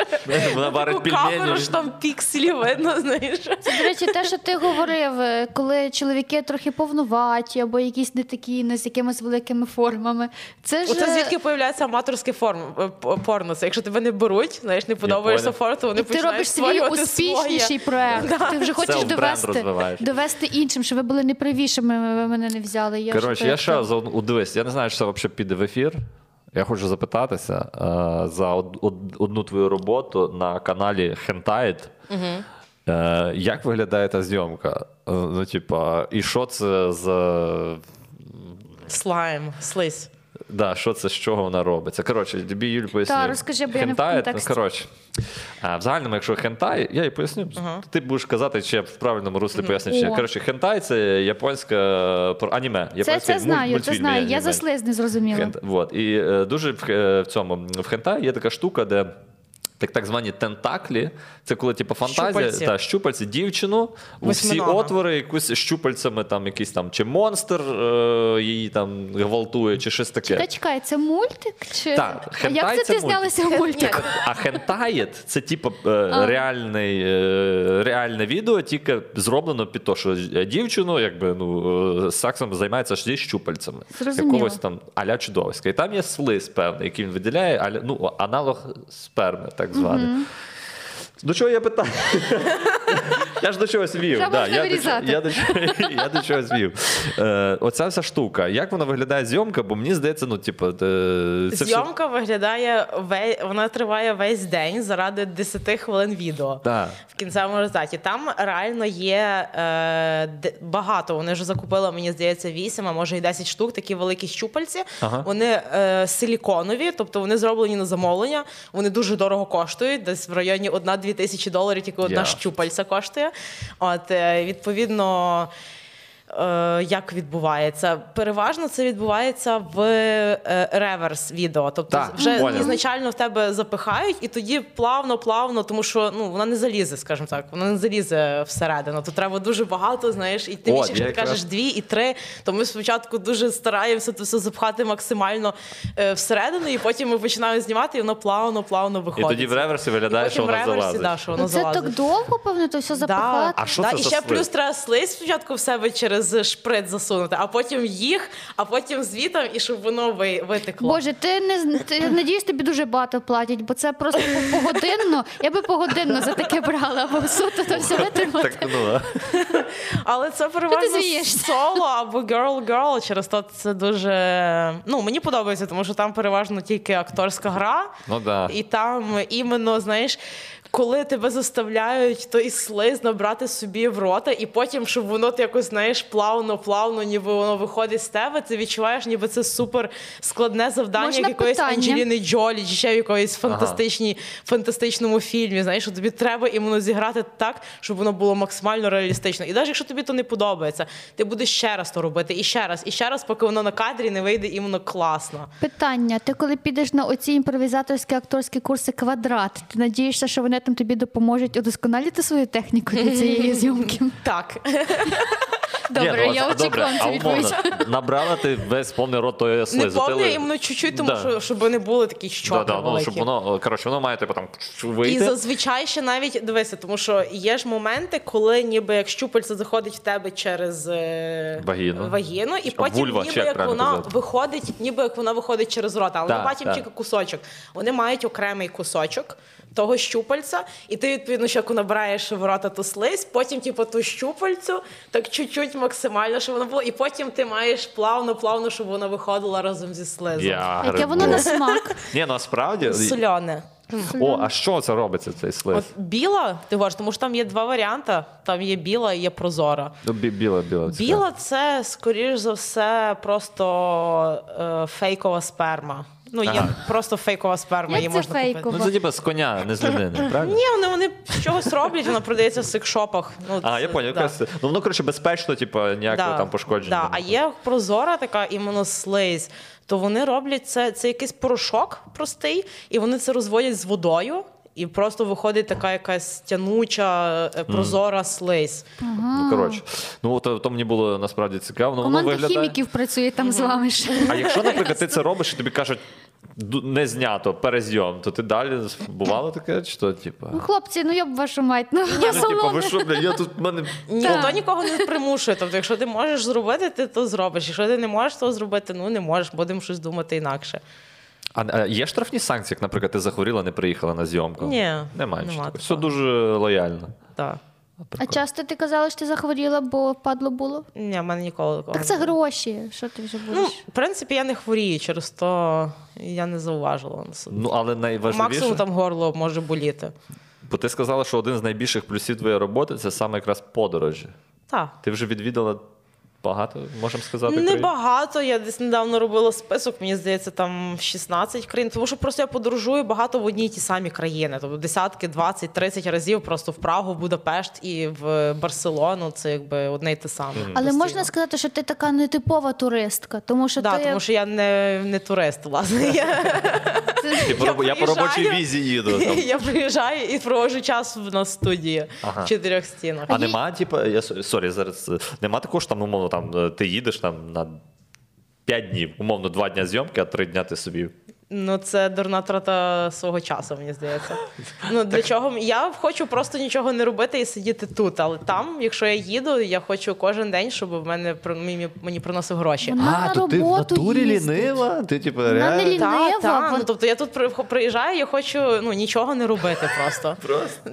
Вона варить
Таку камеру,
пільмені.
що там пікселі видно, знаєш.
Це, до речі, те, що ти говорив, е, коли чоловіки трохи повнуваті або якісь не такі, не з якимись великими формами. Це ж е,
Оце звідки появляється аматорське форм е, п- порно. Це якщо тебе не беруть, знаєш, не подобаєшся
понял.
фору, то вони
ти
починають
робиш свій
створювати
успішніший
своє.
проект. Ти вже хочеш
Селф-бренд
довести,
розвиваєш.
довести іншим, що ви були не правішими, ви мене не взяли. Я
Коротше, я ще
що
за одну дивись, я не знаю, що це взагалі піде в ефір. Я хочу запитатися е, за од- од- одну твою роботу на каналі Хентайт. Е, як виглядає та зйомка? Е, Ну, типа, і що це за.
Слайм, слизь.
Да, що це з чого вона робиться? Коротше, тобі Юль поясню.
Та, розкажи, бо я не в
Хентай,
контексті.
ну, коротше. А, в загальному, якщо хентай, я їй поясню, ти будеш казати, чи я в правильному руслі поясню. Чи. ні.
О. Коротше,
Коротше, хентай це японське е, про аніме.
це,
японський
це
мульт-
знаю, це
мультфільм,
знаю. Я
аніме.
за слиз не зрозуміла.
Хент, вот. І е, дуже в, е, в цьому в хентай є така штука, де так, так звані тентаклі. Це коли типу, фантазія
Щупальці.
та щупальці дівчину у всі
Восьминога.
отвори якусь щупальцями, там якийсь там чи монстр е, її там гвалтує, чи щось таке.
Чекай, чекай, це мультик? Чи...
Так,
а
хентай
як це,
це
ти
мультик.
знялася в мультику?
А хентаєт це типу е, реальний, е, реальне відео, тільки зроблено під те, що дівчину якби ну е, сексом займається ж зі щупальцами.
Зрозуміло.
Якогось там аля чудовиська. І там є слиз певний, який він виділяє, аля, ну, аналог сперми, так званий. До чого я питаю? Я ж до чогось вів.
Це
Да,
можна
я, до, чого-
вирізати.
я, до, чого- я до чогось вів. Е, оця вся штука. Як вона виглядає зйомка? Бо мені здається, ну, типу, е, це все-
Зйомка виглядає ве- вона триває весь день заради 10 хвилин відео.
Да.
В кінцевому результаті там реально є е, де- багато. Вони вже закупили, мені здається, 8, а може і 10 штук, такі великі щупальці.
Ага.
Вони е, силіконові, тобто вони зроблені на замовлення. Вони дуже дорого коштують, десь в районі 1-2 тисячі доларів, тільки одна
Я.
щупальця коштує. От, е, відповідно. е, як відбувається. Переважно це відбувається в е, реверс відео. Тобто
Так,
вже
поняв.
ізначально в тебе запихають, і тоді плавно, плавно, тому що ну вона не залізе, скажімо так, вона не залізе всередину. То треба дуже багато, знаєш, і тим
От,
більше, якщо
я
ти
якраз-
кажеш дві і три, то ми спочатку дуже стараємося це все запхати максимально е, всередину, і потім ми починаємо знімати, і воно плавно, плавно
І
виходить.
тоді в реверсі виглядає,
Потім
що
в
вона
реверсі,
залазить.
Да, що воно
Ну, це
залазить.
так довго, певно, то все запихати.
А що
да,
це
і
за
ще
слиз?
плюс треба слизь спочатку в себе через шприц засунути, а потім їх, а потім звітом, і щоб воно ви- витекло.
Боже, ти не з- ти, я надіюсь, тобі дуже багато платять, бо це просто по- погодинно. Я би погодинно за таке брала, бо суто то все
Так,
витримати.
ну, да.
Але це переважно
звієшся.
соло або girl-girl, через то це дуже. Ну, мені подобається, тому що там переважно тільки акторська гра,
ну да.
і там іменно, знаєш. Коли тебе заставляють той слиз набрати собі в рота, і потім, щоб воно ти якось знаєш плавно, плавно, ніби воно виходить з тебе, ти відчуваєш, ніби це супер складне завдання
Можна
як якоїсь
питання?
Анджеліни Джолі, чи ще в якоїсь фантастичній, фантастичному фільмі. Знаєш, що тобі треба іменно зіграти так, щоб воно було максимально реалістично. І навіть якщо тобі то не подобається, ти будеш ще раз то робити, і ще раз, і ще раз, поки воно на кадрі не вийде іменно класно.
Питання: ти коли підеш на оці імпровізаторські акторські курси квадрат, ти надієшся, що вони там тобі допоможуть удосконалити свою техніку для цієї зйомки?
Так.
Добре,
Ні, ну,
я
а добре,
очікувала
а
цю відповідь.
умовно, набрала ти весь повний рот тої
Не
слизу.
повне
ти ли-
іменно чуть-чуть, тому
Да.
що щоб не були такі щоки
Да, да, ну,
великі.
щоб воно, коротше, воно має типу там
І
вийти.
зазвичай ще навіть дивися, тому що є ж моменти, коли ніби як щупальце заходить в тебе через е,
Вагіну.
вагіну, і потім
вульва,
ніби
чи як
як
правильно
вона
казати?
виходить, ніби як вона виходить через рот, але
Так,
ми бачимо
так.
тільки кусочок. Вони мають окремий кусочок. Того щупальця, і ти відповідно, що як набираєш в рота ту слизь, потім, типу, ту щупальцю, так чуть-чуть максимально, щоб воно було, і потім ти маєш плавно, плавно, щоб воно виходило разом зі слизом.
Я
Яке воно
грибу.
на смак?
Ні, насправді.
Соляне.
О, а що це робиться, цей
От
слиз?
біла, ти говориш, тому що там є два варіанти: там є біла і є прозора.
Ну, бі- Біла, біла. цікаво.
Біла це, скоріш за все, просто е, фейкова сперма. Ну, є
Ага.
просто фейкова сперма,
Як
її
це
можна
фейкова?
купити.
Ну, це типу з коня, не з людини, правильно?
Ні, вони, вони з чогось роблять, вона продається в секшопах. Ну,
А,
це-
я поняв,
да.
якась. Ну воно, коротше, безпечно, типу, ніякого там ну, пошкодження.
Да. А
немає.
є прозора така іменно слизь, то вони роблять це, це якийсь порошок простий, і вони це розводять з водою. І просто виходить така якась тянуча е, прозора слизь.
Ну, коротше. Ну, то, то мені було насправді цікаво. Ну, воно
Команда
виглядає.
хіміків працює там з вами ще.
А якщо, наприклад, ти це робиш і тобі кажуть, «Ду- не знято, перезйом, то ти далі бувало таке, чи то, типу.
Ну, хлопці, ну я б вашу мать, ну я
Ну, типу, ви
соломи.
що, бля, я тут в мене.
Ніхто нікого не примушує. Тобто, якщо ти можеш зробити, ти то зробиш. Якщо ти не можеш то зробити, ну не можеш, будемо щось думати інакше.
А, а є штрафні санкції, як, наприклад, ти захворіла, не приїхала на зйомку?
Ні,
Немає.
нема
ще такого.
такого.
Все дуже лояльно.
Так.
А часто ти казала, що ти захворіла, бо падло було?
Ні, в мене ніколи такого.
Так це
не було.
гроші. Що ти вже
Ну,
будеш?
в принципі, я не хворію, через то я не зауважила. на собі.
Ну, але найважливіше,
Максимум там горло може боліти.
бо ти сказала, що один з найбільших плюсів твоєї роботи це саме якраз подорожі.
Так.
Ти вже відвідала багато, можемо сказати, країн?
Небагато. Я десь недавно робила список, мені здається, там 16 країн, тому що просто я подорожую багато в одній і ті самі країни. Тобто десятки, 20, 30 разів просто в Прагу, в Будапешт і в Барселону. Це якби одне й те саме.
Але
Ну,
постійно.
можна сказати, що ти така нетипова туристка, тому що
Да,
ти
тому що я не, не турист, власне. Я,
Ти по роб- я, по
приїжджаю.
робочій візі їду. Там.
я приїжджаю і проводжу час на студії
Ага.
в чотирьох стінах.
А
є-
нема, типу, я с- сорі, зараз е, нема також там, умовно, там е, ти їдеш там на 5 днів, умовно, 2 дня зйомки, а 3 дня ти собі.
Ну, це дурна трата свого часу, мені здається. Ну для чого я хочу просто нічого не робити і сидіти тут. Але там, якщо я їду, я хочу кожен день, щоб в мене при- мені, мені приносив гроші.
Вона на роботу їздить.
Ти типу
Вона не лі-
Та,
лінива,
та,
вон-
ну, тобто я тут при- приїжджаю, я хочу ну, нічого не робити просто.
Просто?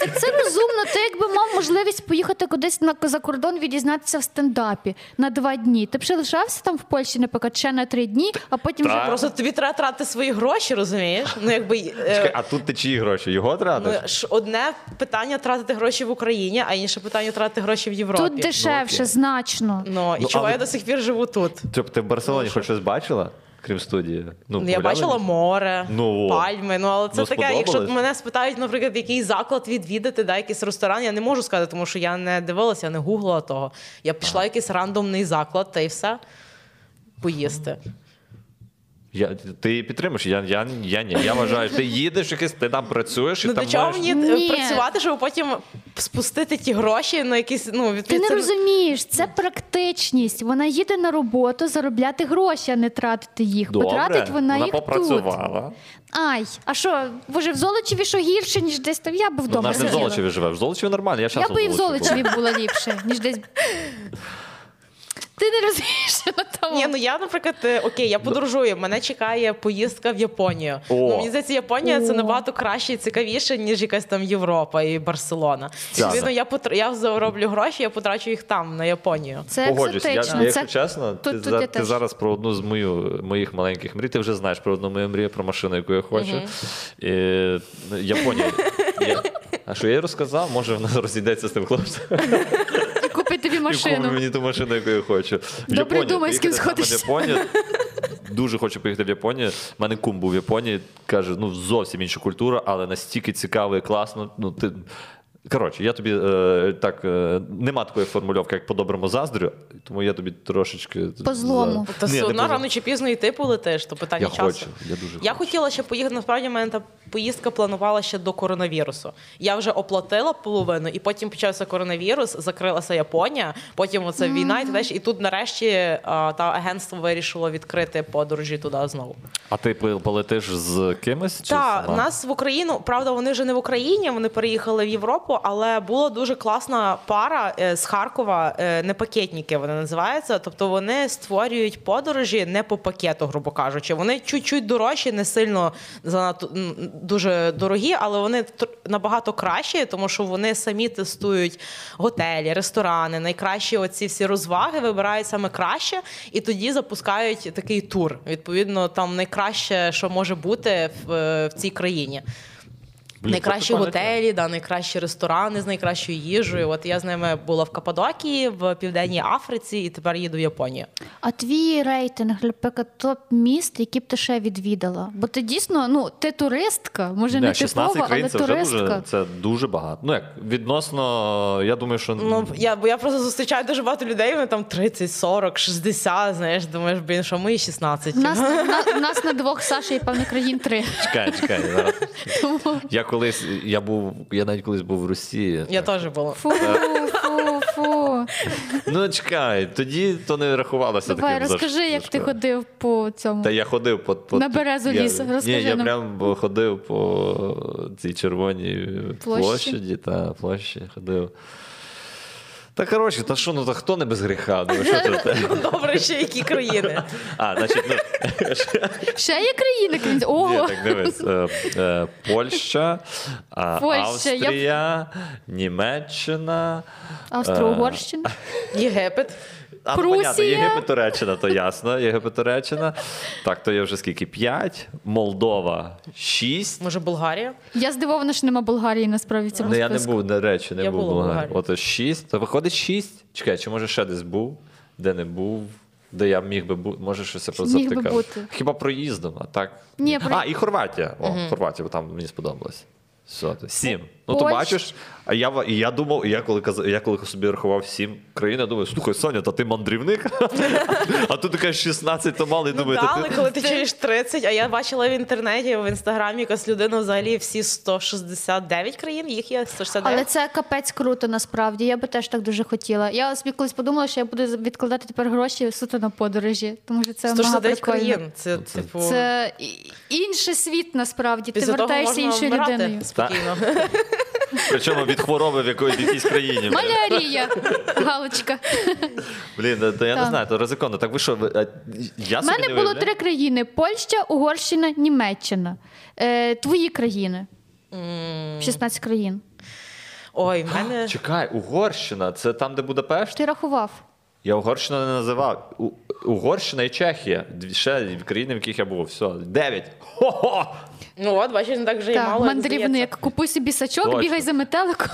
Так це розумно. Ти якби мав можливість поїхати кудись на за кордон відізнатися в стендапі на два дні. Ти б ще лишався там в Польщі, наприклад, ще на три дні, а потім
Так.
вже
Просто тобі треба тратити свої гроші, розумієш? Ну якби е,
Чекай, а тут ти чиї гроші? Його
ну,
тратиш?
ж одне питання тратити гроші в Україні, а інше питання тратити гроші в Європі.
тут дешевше,
Ну, окей.
значно.
Ну і
Ну,
чого
але-
я до сих пір живу тут?
Типу, Тобто ти в Барселоні хоч щось бачила? крім студії? Ну,
я
гуляли
бачила
десь?
море,
Ну, о.
пальми. Ну але це
Ну,
таке. Якщо
сподобалось?
мене спитають, наприклад, який заклад відвідати, да, якийсь ресторан, я не можу сказати, тому що я не дивилася, я не гуглила того. Я пішла в якийсь рандомний заклад, та й все. Поїсти.
Я, ти підтримуєш? Я, я, я ні. Я вважаю, ти їдеш якийсь, ти там працюєш і
Ну
там
до чого
маєш...
мені
Ні.
працювати, щоб потім спустити ті гроші на якісь ну від
Ти не
це-
розумієш, це практичність. Вона їде на роботу заробляти гроші, а не тратити їх.
Добре,
Потратить вона, їх тут.
попрацювала.
Ай, а що, боже, в Золочеві що гірше, ніж десь там? Я би
Ну,
вдома
вона ж не в
сиділа.
Золочеві живе. В Золочеві нормально, я
Я
щас
би і в
був.
Золочеві було ліпше, ніж десь. Ти не розумієш, що на тому.
Тобто
Ні, ну я, наприклад, е, окей, я подорожую. Мене чекає поїздка в Японію.
Ну. О.
Ну, мені здається, Японія це
О.
набагато краще і цікавіше, ніж якась там Європа і Барселона.
Так.
Відповідно, я потр... я зароблю гроші, я потрачу їх там, на Японію.
Це
Погоджусь, я,
екзотично.
я, якщо
це...
чесно, ти,
тут- тут
за,
я
ти
теж.
зараз про одну з мою, моїх маленьких мрій. Ти вже знаєш про одну мою мрію, про машину, яку я хочу. І, ну, Японія. Я- А що я їй розказав? Може, вона розійдеться з тим хлопцем.
Купи тобі
І купить
машину.
мені ту машину, яку я хочу. В
Добре
Японію.
думай, з ким
Поїхати саме в
сходишся.
Японію. Дуже хочу поїхати в Японію. У мене кум був в Японії, каже, ну зовсім інша культура, але настільки цікаво і класно. Ну, ти... Коротше, я тобі е, так, е, нема такої формульовки, як по-доброму заздрю, тому я тобі трошечки.
По
за-
злому.
То
Ні,
Тобто все
не
одно
по злому.
рано чи пізно і ти полетиш, то питання
Я
часу.
хочу, я дуже
Я
хочу.
хотіла ще поїхати. Насправді в мене та поїздка планувала ще до коронавірусу. Я вже оплатила половину, і потім почався коронавірус, закрилася Японія. Потім оце війна, і ти знаєш, і тут нарешті а, та агентство вирішило відкрити подорожі туди знову.
А ти пол- полетиш з кимось? чи
Так,
сама?
нас в Україну, правда, вони вже не в Україні, вони переїхали в Європу, але була дуже класна пара е, з Харкова, е, непакетники вони називаються. Тобто вони створюють подорожі не по пакету, грубо кажучи. Вони чуть-чуть дорожчі, не сильно занадто м, дуже дорогі, але вони тр- набагато кращі, тому що вони самі тестують готелі, ресторани, найкращі оці всі розваги вибирають саме краще, і тоді запускають такий тур. Відповідно, там найкраще, що може бути в, е, в цій країні.
Блін,
найкращі
це прикольна
готелі, да, найкращі ресторани з найкращою їжею. От я з ними була в Каппадокії, в Південній Африці, і тепер їду в Японію.
А твій рейтинг, наприклад, топ міст, які б ти ще відвідала? Бо ти дійсно, ну ти туристка, може не
Ні, 16
типова, але
країн це вже
туристка.
дуже, це дуже багато. Ну як відносно, я думаю, що
Ну я бо я просто зустрічаю дуже багато людей. Вони там 30, 40, 60, Знаєш, думаєш, блін, що ми 16.
В Нас, на, в нас на двох Саша і певно країн три.
Чекай, чекай. Зараз. Я колись, я був, я навіть колись був в Росії.
Я теж була.
Фу, фу, фу.
Ну чекай, тоді то не рахувалося
Давай
таким. за- за
розкажи, як ти
шкоду.
ходив по цьому.
Та я ходив по, по
На березу
я-
ліс,
Ні,
розкажи
я
нам.
прям ходив по цій червоній
Площі?
площаді та площі ходив. Та коротше, та що, ну та хто не без гріха? Ну, що це те?
Добре, ще які країни.
А, значить, ну,
Ще є країни, крім цього?
Ні,
ого.
так дивись. Е, е, Польща, а,
Польща, я-
Австрія, Німеччина.
Австро-Угорщина.
Єгипет.
А, ну, понятно,
Прусія.
Єгипет Туреччина, то ясно. Єгипет Туреччина. Так, то є вже скільки? П'ять. Молдова шість.
Може, Болгарія?
Я здивована, що нема Болгарії насправді в цьому
Ну, я не
списку.
був, до речі, не
Я
був
була в
Болгарії.
Болгарії.
От шість. То виходить шість. Чекай, чи може ще десь був, де не був, де я міг би бути, може щось я просто
Міг би
втикав.
бути.
Хіба проїздом, а так.
Ні, про-
А, і Хорватія. О, Хорватія, бо там мені сподобалось. Все, то сім. Ну то
Польщ-
бачиш, а я ва- і я думав, і я коли казав, я коли собі рахував сім країн, я думаю, слухай, Соня, та ти мандрівник? А тут така 16, то мало, і
Ну,
думаю,
да,
та
але
ти.
коли ти чуєш 30, а я бачила в інтернеті, в інстаграмі якась людина взагалі всі 169 країн, їх є 169.
Але це капець круто, насправді. Я би теж так дуже хотіла. Я собі колись подумала, що я буду відкладати тепер гроші суто на подорожі, тому що це мега
169
прикольно.
країн. Це, типу,
Це і- інший світ, насправді.
після
Ти
того
вертаєшся
можна
іншою
вмирати
людиною.
Спокійно.
Причому від хвороби в якої- в якійсь країні. блін.
Малярія, галочка.
Блін, то я не
Так.
знаю, то ризиковано. Так ви що, ви- а, я
У
собі
мене
не
було
уявляю.
три країни: Польща, Угорщина, Німеччина. Е, твої країни. 16 країн.
Ой, в мене
Чекай, Угорщина, це там, де Будапешт?
Ти рахував?
Я Угорщину не називав. У- Угорщина і Чехія. Дві ще країни, в яких я був. Все, дев'ять. Хо-хо!
ну от бачиш, не так вже і
Так,
мало. як
мандрівник. Купуй собі сачок,
Точно.
бігай за метеликом.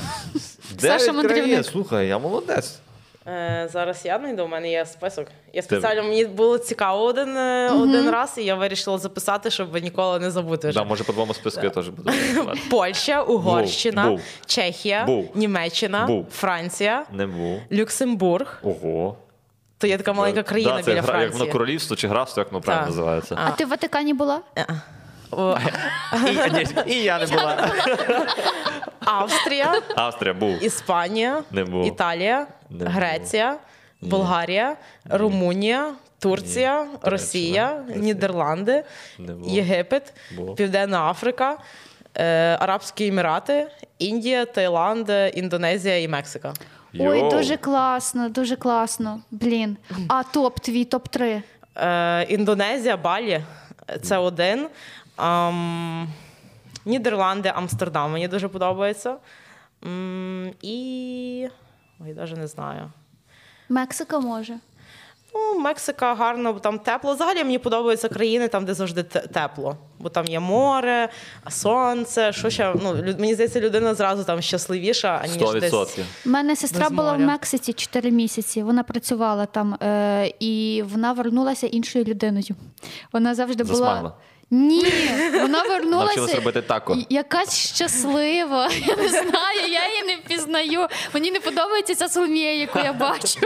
Дев'ять країн.
мандрівник.
Слухай, я молодець.
Е, зараз я знайду, у мене є список. Я спеціально мені було цікаво один, е, один раз, і я вирішила записати, щоб ніколи не забути. Вже.
Да, може по двому списку я теж буду. працювати.
Польща, Угорщина,
Був, був.
Чехія,
Був.
Німеччина,
Був.
Франція,
Не був.
Люксембург.
Ого.
То є така маленька
Да,
країна
це
біля
гра- Як воно
Франції.
королівство чи графство, як воно правильно
Так.
називається.
А ти в Ватикані була?
О,
І, ні, і я не була.
Австрія,
Австрія був.
Іспанія,
Не був.
Італія,
Не був.
Греція, Болгарія, Румунія, Турція, Росія,
Туреччина.
Нідерланди,
Не був.
Єгипет,
Був.
Південна Африка, е, Арабські Емірати, Індія, Таїланд, е, Індонезія і Мексика.
Йоу.
Ой, дуже класно, дуже класно. Блін. А топ твій, топ 3
Е, Індонезія, Балі це один. Ам, Нідерланди, Амстердам мені дуже подобається. М, І. Ой, навіть не знаю.
Мексика може.
Ну, Мексика гарно, бо там тепло. Взагалі мені подобаються країни, там, де завжди те- тепло. Бо там є море, сонце, що ще. Ну, лю- мені здається, людина зразу там щасливіша, аніж
Сто
десь.
відсотків.
У мене сестра
Без
була в
моря.
Мексиці 4 місяці. Вона працювала там е, і вона вернулася іншою людиною. Вона завжди
Засмагла?
була. Ні, вона вернулася.
Навчилась робити тако.
і- Якась щаслива. Я не знаю, я її не впізнаю. Мені не подобається ця Соломія, яку я бачу.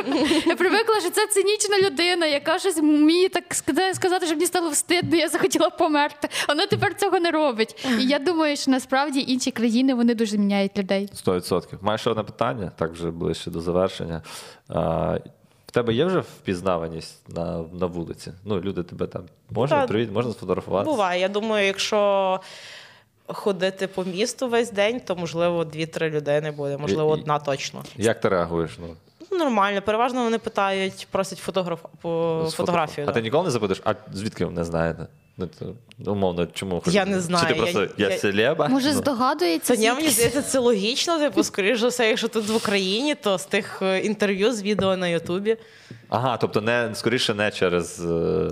Я привикла, що це цинічна людина, яка щось вміє так сказа- сказати, що мені стало встидно, я захотіла померти. Вона тепер цього не робить. І я думаю, що насправді інші країни вони дуже міняють людей.
Сто відсотків. Маєш ще одне питання, так вже ближче до завершення. А, в тебе є вже впізнаваність на, на вулиці? Ну, люди тебе там можна
Та,
привіт, можна сфотографувати.
Буває. Я думаю, якщо ходити по місту весь день, то можливо дві-три людини буде, можливо,
І- і-
одна точно.
Як ти реагуєш? Ну,
Ну, Нормально, переважно вони питають, просять фотограф... по...
з фото-
фотографію.
А
да.
ти ніколи не запитуєш, а звідки ви мене знаєте? Ну, то, умовно, чому
Я не
Чи
знаю,
ти просто я,
я- я-
селеба?
Може,
Ну.
здогадується.
Та ні, мені
звідки
здається, це логічно. Типу, скоріш за все, якщо тут в Україні, то з тих е, інтерв'ю з відео на Ютубі.
Ага, тобто не скоріше не через. е,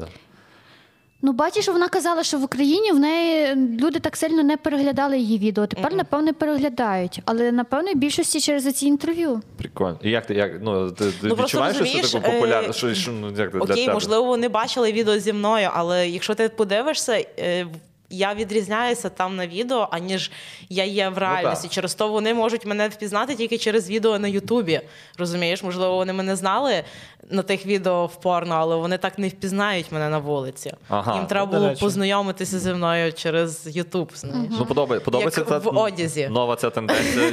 Ну, бачиш, вона казала, що в Україні в неї люди так сильно не переглядали її відео. Тепер, напевно, переглядають, але напевно в більшості через ці інтерв'ю.
Прикольно. І як ти як ну ти, ти
просто
відчуваєш, що це
розумієш,
таку популярно?
е,
Що, що ну як ти для
Окей,
тебе?
можливо, вони бачили відео зі мною, але якщо ти подивишся. е, Я відрізняюся там на відео, аніж я є в реальності.
Ну так.
через то вони можуть мене впізнати тільки через відео на Ютубі. Розумієш, можливо, вони мене знали на тих відео в порно, але вони так не впізнають мене на вулиці.
Ага,
Їм
ну,
треба
до
було
речі.
познайомитися зі мною через Ютуб. Знаєш.
Ну, подобає, подобається
Як
ця
в одязі.
нова ця тенденція.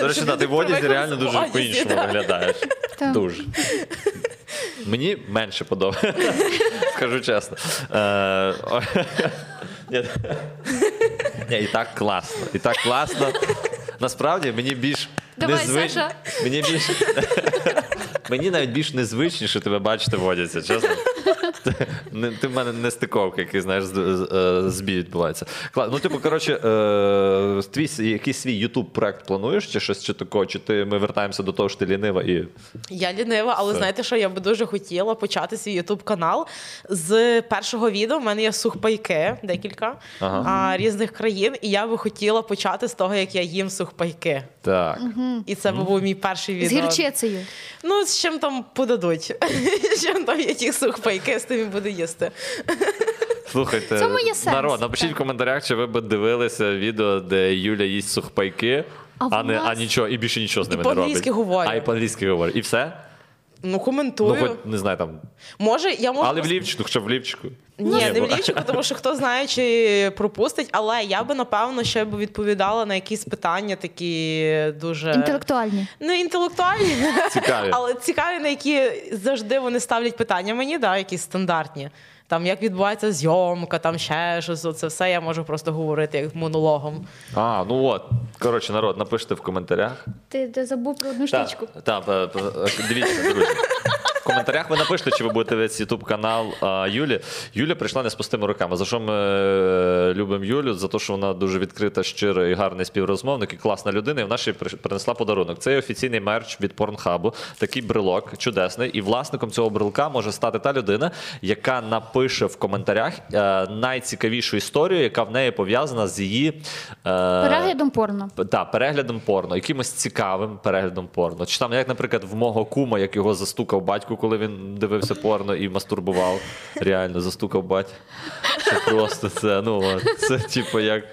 До речі, да, ти в одязі
привикли
реально
в
дуже
одязі,
по-іншому
да.
виглядаєш.
Так.
Дуже. Мені менше подобається, скажу чесно. Е, о- Ні, Ні, і так класно. І так класно. Насправді мені більш
Давай,
незвично.
Саша.
Мені більш мені навіть більш незвичніше тебе бачити в одязі, чесно. Ти- не- Ти в мене не стиковка, який знаєш, з- з- е, збій відбувається. Кла- Ну, типу, коротше, е, твій с- якийсь свій ютуб проект плануєш чи щось чи такого, чи ти ми вертаємося до того, що ти лінива і.
Я лінива, але
Все.
знаєте, що я би дуже хотіла почати свій ютуб канал з першого відео. В мене є сухпайки декілька
Ага.
а, різних країн, і я би хотіла почати з того, як я їм сухпайки.
Так.
І це би був мій перший
З
відео.
гірчицею.
Ну, з чим там подадуть. З чим там є ті сухпайки, з тим і буду їсти.
Слухайте,
В цьому є сенс.
народ, напишіть в
Так.
коментарях, чи ви б дивилися відео, де Юля їсть сухпайки, а,
А в
не, а
нас-
нічого, і більше нічого з ними не робить.
по-англійськи говорю.
А і по-англійськи говорить. І все?
Ну,
Ну,
коментую.
хоч не знаю там.
Може, я можу.
Але в лівчику, хоча б в лівчику.
Ну,
Ні, не
бо-
в лівчику, тому що хто знає, чи пропустить, але я би напевно ще б відповідала на якісь питання такі дуже
Інтелектуальні.
Не Ну, інтелектуальні,
Цікаві.
але цікаві, на які завжди вони ставлять питання мені, да, якісь стандартні. Там як відбувається зйомка, там ще щось. Це все я можу просто говорити як монологом.
А, ну от. Коротше, народ, напишіть в коментарях.
Ти забув про одну
Так, так, е, е, дивіться, друзі. В коментарях ви напишете, чи ви будете весь ютуб канал а, Юлі. Юля прийшла не з пустими руками. За що ми е, любимо Юлю? За те, що вона дуже відкрита, щира і гарний співрозмовник, і класна людина. І вона ще й приш- принесла подарунок. Це є офіційний мерч від порнхабу. Такий брелок чудесний. І власником цього брелка може стати та людина, яка напише в коментарях е, найцікавішу історію, яка в неї пов'язана з її е,
Переглядом порно.
та, переглядом порно, якимось цікавим переглядом порно. Чи там, як, наприклад, в мого кума, як його застукав батько, коли він дивився порно і мастурбував. Реально, застукав батько. Це просто це, ну, от, це типу як.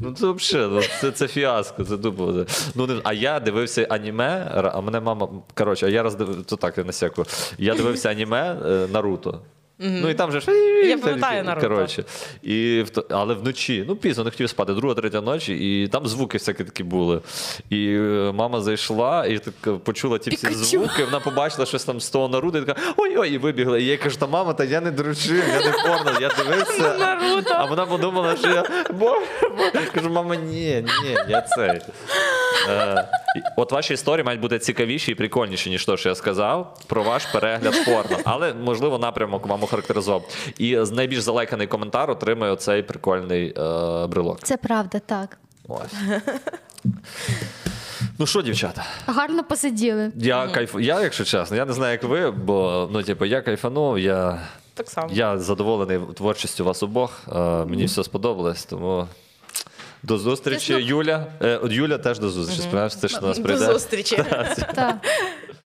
Ну, це взагалі, ну, це, це фіаско, це дупо. Ну, не- а я дивився аніме, ра- а мене мама. Коротше, а я раз дивився, то так, я насяку. Я дивився аніме е, Наруто. Ну і там же ж.
Я пам'ятаю Наруто.
Коротше. І, в то- але вночі, ну пізно не хотів спати, друга, третя ночі, і там звуки всякі такі були. І е, мама зайшла і так е, почула ті всі
Пікачу.
звуки, вона побачила щось там з того народу, і така ой-ой, і вибігла. І я їй кажу, та мама, та я не дружив, я не порно, я дивився.
Ну,
А вона подумала, що я боже, боже. кажу, мама, ні, ні, я цей. Е, і- От ваші історії мають бути цікавіші і прикольніші, ніж те, що я сказав, про ваш перегляд порно. Але, можливо, напрямок вам охарактеризував. І з- найбільш залайканий коментар отримає оцей прикольний е, брелок.
Це правда, так.
Ось. Ну що, дівчата?
Гарно посиділи.
Я кайф... я, якщо чесно, я не знаю, як ви, бо ну, типу, я кайфанув, я,
Так само.
я задоволений творчістю вас обох. Е, мені все сподобалось, тому. До зустрічі,
Ти ж,
Юля. Е, от Юля теж до зустрічі. Сподіваюся, ти ж до нас
До
прийде.
зустрічі.
Так.